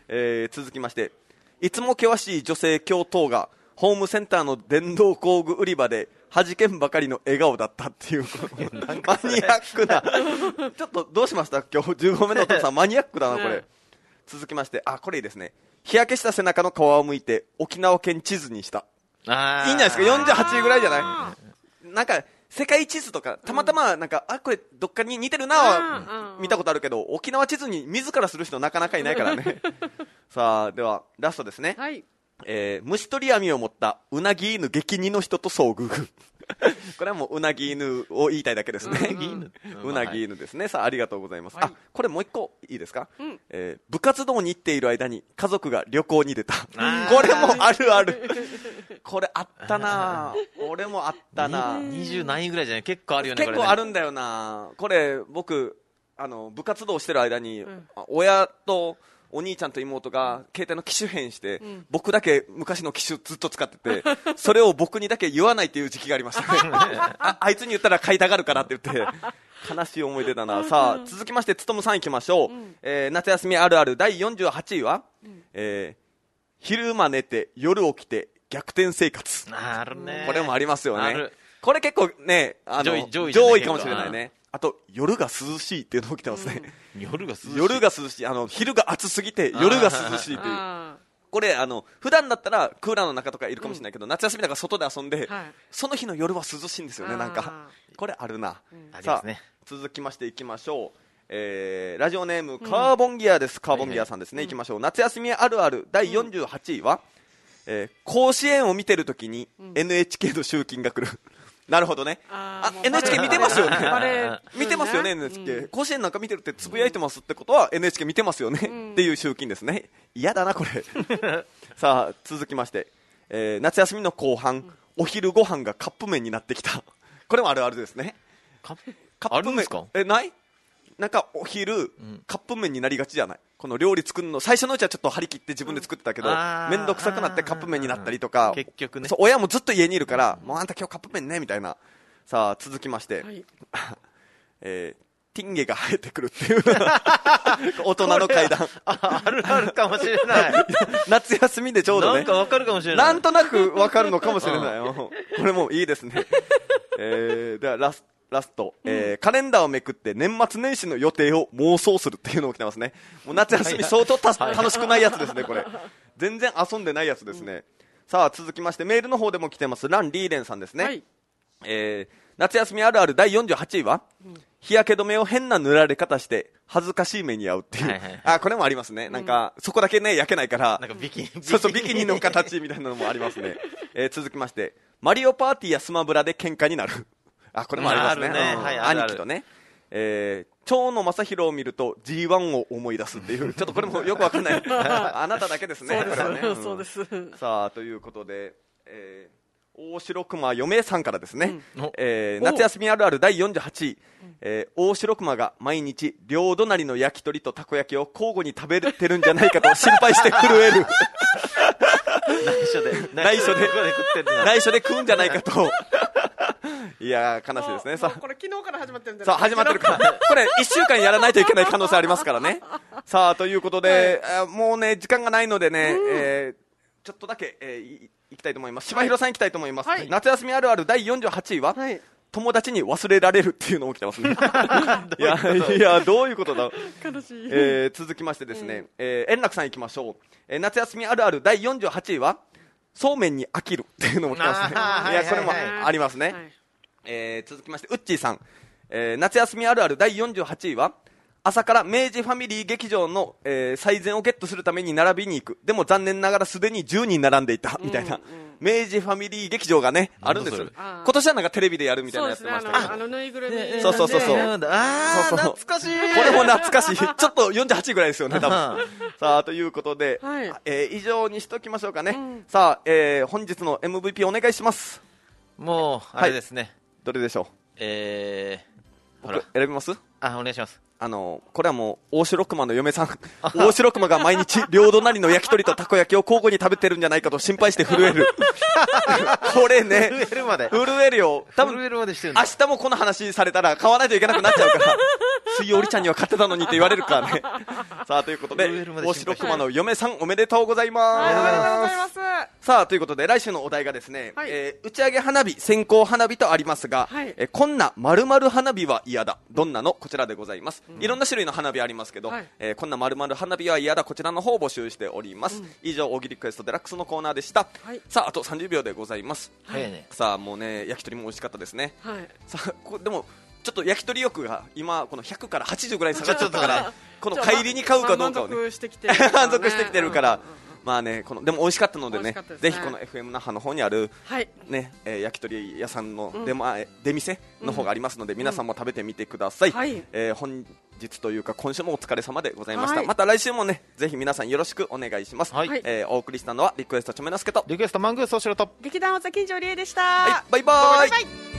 A: えー続きまして、いつも険しい女性教頭が、ホームセンターの電動工具売り場で、弾けんばかりの笑顔だったっていう、マニアックな。ちょっとどうしました今日15目のお父さん、マニアックだな、こ
C: ね
A: れ。続きまして、あ、これいいですね。日焼けした背中の皮をむいて、沖縄県地図にした。
B: あー
A: いいんじゃないですか、48位ぐらいじゃないなんか、世界地図とか、たまたま、なんか、あ、これ、どっかに似てるな
C: うん
A: は
C: う、ん
A: 見たことあるけど、沖縄地図に自らする人なかなかいないから ね。さあ、では、ラストですね。
C: はい
A: えー虫取り網を持ったうなぎ犬激似の人と遭遇 これはもううなぎ犬を言いたいだけですね
B: ぎ犬
A: うなぎ犬ですねさあありがとうございます、
C: はい
A: あこれもう一個いいですか、
C: ん
A: えー部活動に行っている間に家族が旅行に出た
B: あー
A: これもあるあるこれあったな俺もあったな
B: 20何位ぐらいじゃない結構あるよね
A: 結構あ
B: こ
A: るんだよなこれ僕あの部活動してる間に、
C: ん
A: あ親とお兄ちゃんと妹が携帯の機種変して、僕だけ昔の機種ずっと使って てそれを僕にだけ言わないっていう時期がありましたねああいつに言ったら買いたがるからって言って悲しい思い出だなさあ続きましてつとむさんいきましょう、えー夏休みあるある第48位は、えー昼間寝て夜起きて逆転生活
B: あるね
A: これもありますよ
B: あ
A: ね
B: る
A: これ結構ねあの
B: 上位上位じゃない
A: 上位かもしれないねあと夜が涼しいっていうの起きてますね、
B: 夜が涼しい
A: 夜が涼しいあの昼が暑すぎて夜が涼しいっていう
C: あ
A: これあの普段だったらクーラーの中とかいるかもしれないけど、夏休みだから外で遊んで、
C: はい
A: その日の夜は涼しいんですよねなんか
C: あ
A: これあるな、
B: ありま
A: さ
B: す
A: あ
B: ね
A: 続きましていきましょうえーラジオネームカーボンギアです、カーボンギアさんですね、いきましょう夏休みあるある第48位は、えー甲子園を見てるときに NHK の集金が来る なるほどね
C: あー
A: あ
C: もう
A: NHK 見てますよね
C: バレ
A: 見てますよね、NHK、甲子園なんか見てるってつぶやいてますってことは NHK 見てますよね、っていう集金ですね嫌だなこ れさあ続きまして、えー夏休みの後半、お昼ご飯がカップ麺になってきたこれもあるあるですね
B: カップ
A: カッ
B: ある
A: プ
B: んで
A: 麺
B: すか
A: えないなんかお昼、カップ麺になりがちじゃないこの料理作るの最初のうちはちょっと張り切って自分で作ってたけど
B: うんあー
A: 面倒、くさくなってカップ麺になったりとか、
B: うん結局ね
A: そう親もずっと家にいるから、もうあんた今日カップ麺ねみたいなさあ続きまして、
C: ーはい
A: えーティンゲが生えてくるっていう 大人の階段
B: ああるあるかもしれない
A: 夏休みでちょうど
B: な
A: ね
B: んかわかるかもしれない
A: なんとなくわかるのかもしれない、うんこれもいいですね、えーではラスラスト、えーカレンダーをめくって年末年始の予定を妄想するっていうのを来てますねもう夏休み相当た楽しくないやつですねこれ全然遊んでないやつですね、さあ続きましてメールの方でも来てますラン・リーレンさんですね、
C: はい
A: えー夏休みあるある第48位は、日焼け止めを変な塗られ方して恥ずかしい目に遭うっていう、
B: はいはいはい
A: あこれもありますねなんか、そこだけね焼けないから
B: なんかビキニ
A: そうそうビキニの形みたいなのもありますね、えー続きましてマリオパーティーやスマブラで喧嘩にな るあこれもありますね
B: あるね
A: うん
B: はいあるある
A: 兄貴とねえー蝶野正宏を見ると g 1を思い出すっていうちょっとこれもよくわかんない あなただけですねこれはねん
C: そうです
A: さあということで、えー大城熊余命さんからですね、
B: うん
A: えー
B: お
A: 夏休みあるある第48位、えー大城熊が毎日両隣の焼き鳥とたこ焼きを交互に食べてるんじゃないかと心配して震え る
B: 内緒で
A: 内緒で
B: ここで食ってるな
A: 内緒で食うんじゃないかといやー悲しいですね
C: もう
A: さあ
C: これ昨日から始まってるんだ
A: さあ始まってるからこれ1週間やらないといけない可能性ありますからねさあということで、あもうね時間がないのでね、えーちょっとだけ、えーいいきたいと思います柴広さんいきたいと思います、
C: はい
A: 夏休みあるある第48位は、
C: はい
A: 友達に忘れられるっていうの起きてますねいやいやどういうことだ
C: 悲しい
A: えー続きましてですね、えー円楽さんいきましょう、えー夏休みあるある第48位はそうめんに飽きるっていうのも来てますね
B: あー
A: い
B: は
A: や
B: い
A: これも
B: はいはい
A: ありますね、
C: はい
A: えー続きましてウッチーさん、えー夏休みあるある第48位は朝から明治ファミリー劇場の、えー最善をゲットするために並びに行くでも残念ながらすでに10人並んでいたみたいな、明治ファミリー劇場がねあるんですよ
B: なんだ
C: れ
A: 今年はなんかテレビでやるみたい
C: そ
A: なの
C: うで
A: やってま
C: すねあ
A: したけど
C: のあのぬいぐるみ
A: そうそうそうそう
B: あー
A: そうそう
B: 懐かしい
A: これも懐かしい。ちょっと48ぐらいですよね、多分
B: う。
A: さあ、ということで、
C: はい
A: えー以上にしときましょうかね。さあ、えー本日の MVP お願いします。
B: もうあれですね、
A: どれでしょ
B: えー、
A: う
B: ほら
A: 僕選びます
B: あお願いします
A: あの、これはもう、大城熊の嫁さん。大城熊が毎日、両隣の焼き鳥とたこ焼きを交互に食べてるんじゃないかと心配して震える。 これね、
B: 震えるまで
A: 震えるよ。多分
B: 震えるまでしてるんだ
A: 明日もこの話されたら買わないといけなくなっちゃうから 水曜りちゃんには買ってたのにって言われるからねさあということで
B: 震えるまで
A: 大
B: 心
A: 城
B: 配して
A: 熊の嫁さんおめでとうございます
C: ありがとうございます
A: さあということで来週のお題がですね、
C: はい
A: えー打ち上げ花火線香花火とありますが、
C: はい
A: えーこんな丸々花火は嫌だどんなのこちらでございます、いろんな種類の花火ありますけど、
C: はい
A: えーこんな丸々花火は嫌だこちらの方を募集しております、以上大喜利クエストデラックスのコーナーでした、
C: はい
A: さああと30秒でございます、
B: 早いね
A: さあもうね焼き鳥も美味しかったですね
C: はい
A: さあこでもちょっと焼き鳥欲が今この100から80ぐらい下がっちゃったか
C: ちょっ
A: ら
C: と
A: この帰りに買うかどうかをね
C: 満足 してきてるからね
A: 満足してきてるからまあねこのでも美味しかったので
C: 美味
A: ね
C: しかったです
A: ぜ
C: ね
A: ひこの FM 那覇の方にある
C: はい
A: ねえー焼き鳥屋さんの出前出店の方がありますので皆さんも食べてみてください
C: はい
A: えー本日というか今週もお疲れ様でございました
C: はい
A: また来週もねぜひ皆さんよろしくお願いします
B: はい
A: えーお送りしたのはリクエストちょめのすけと
B: リクエストマングースをしろと
C: 劇団尾崎城理恵でした、
A: はいバイバイ
C: バイバイ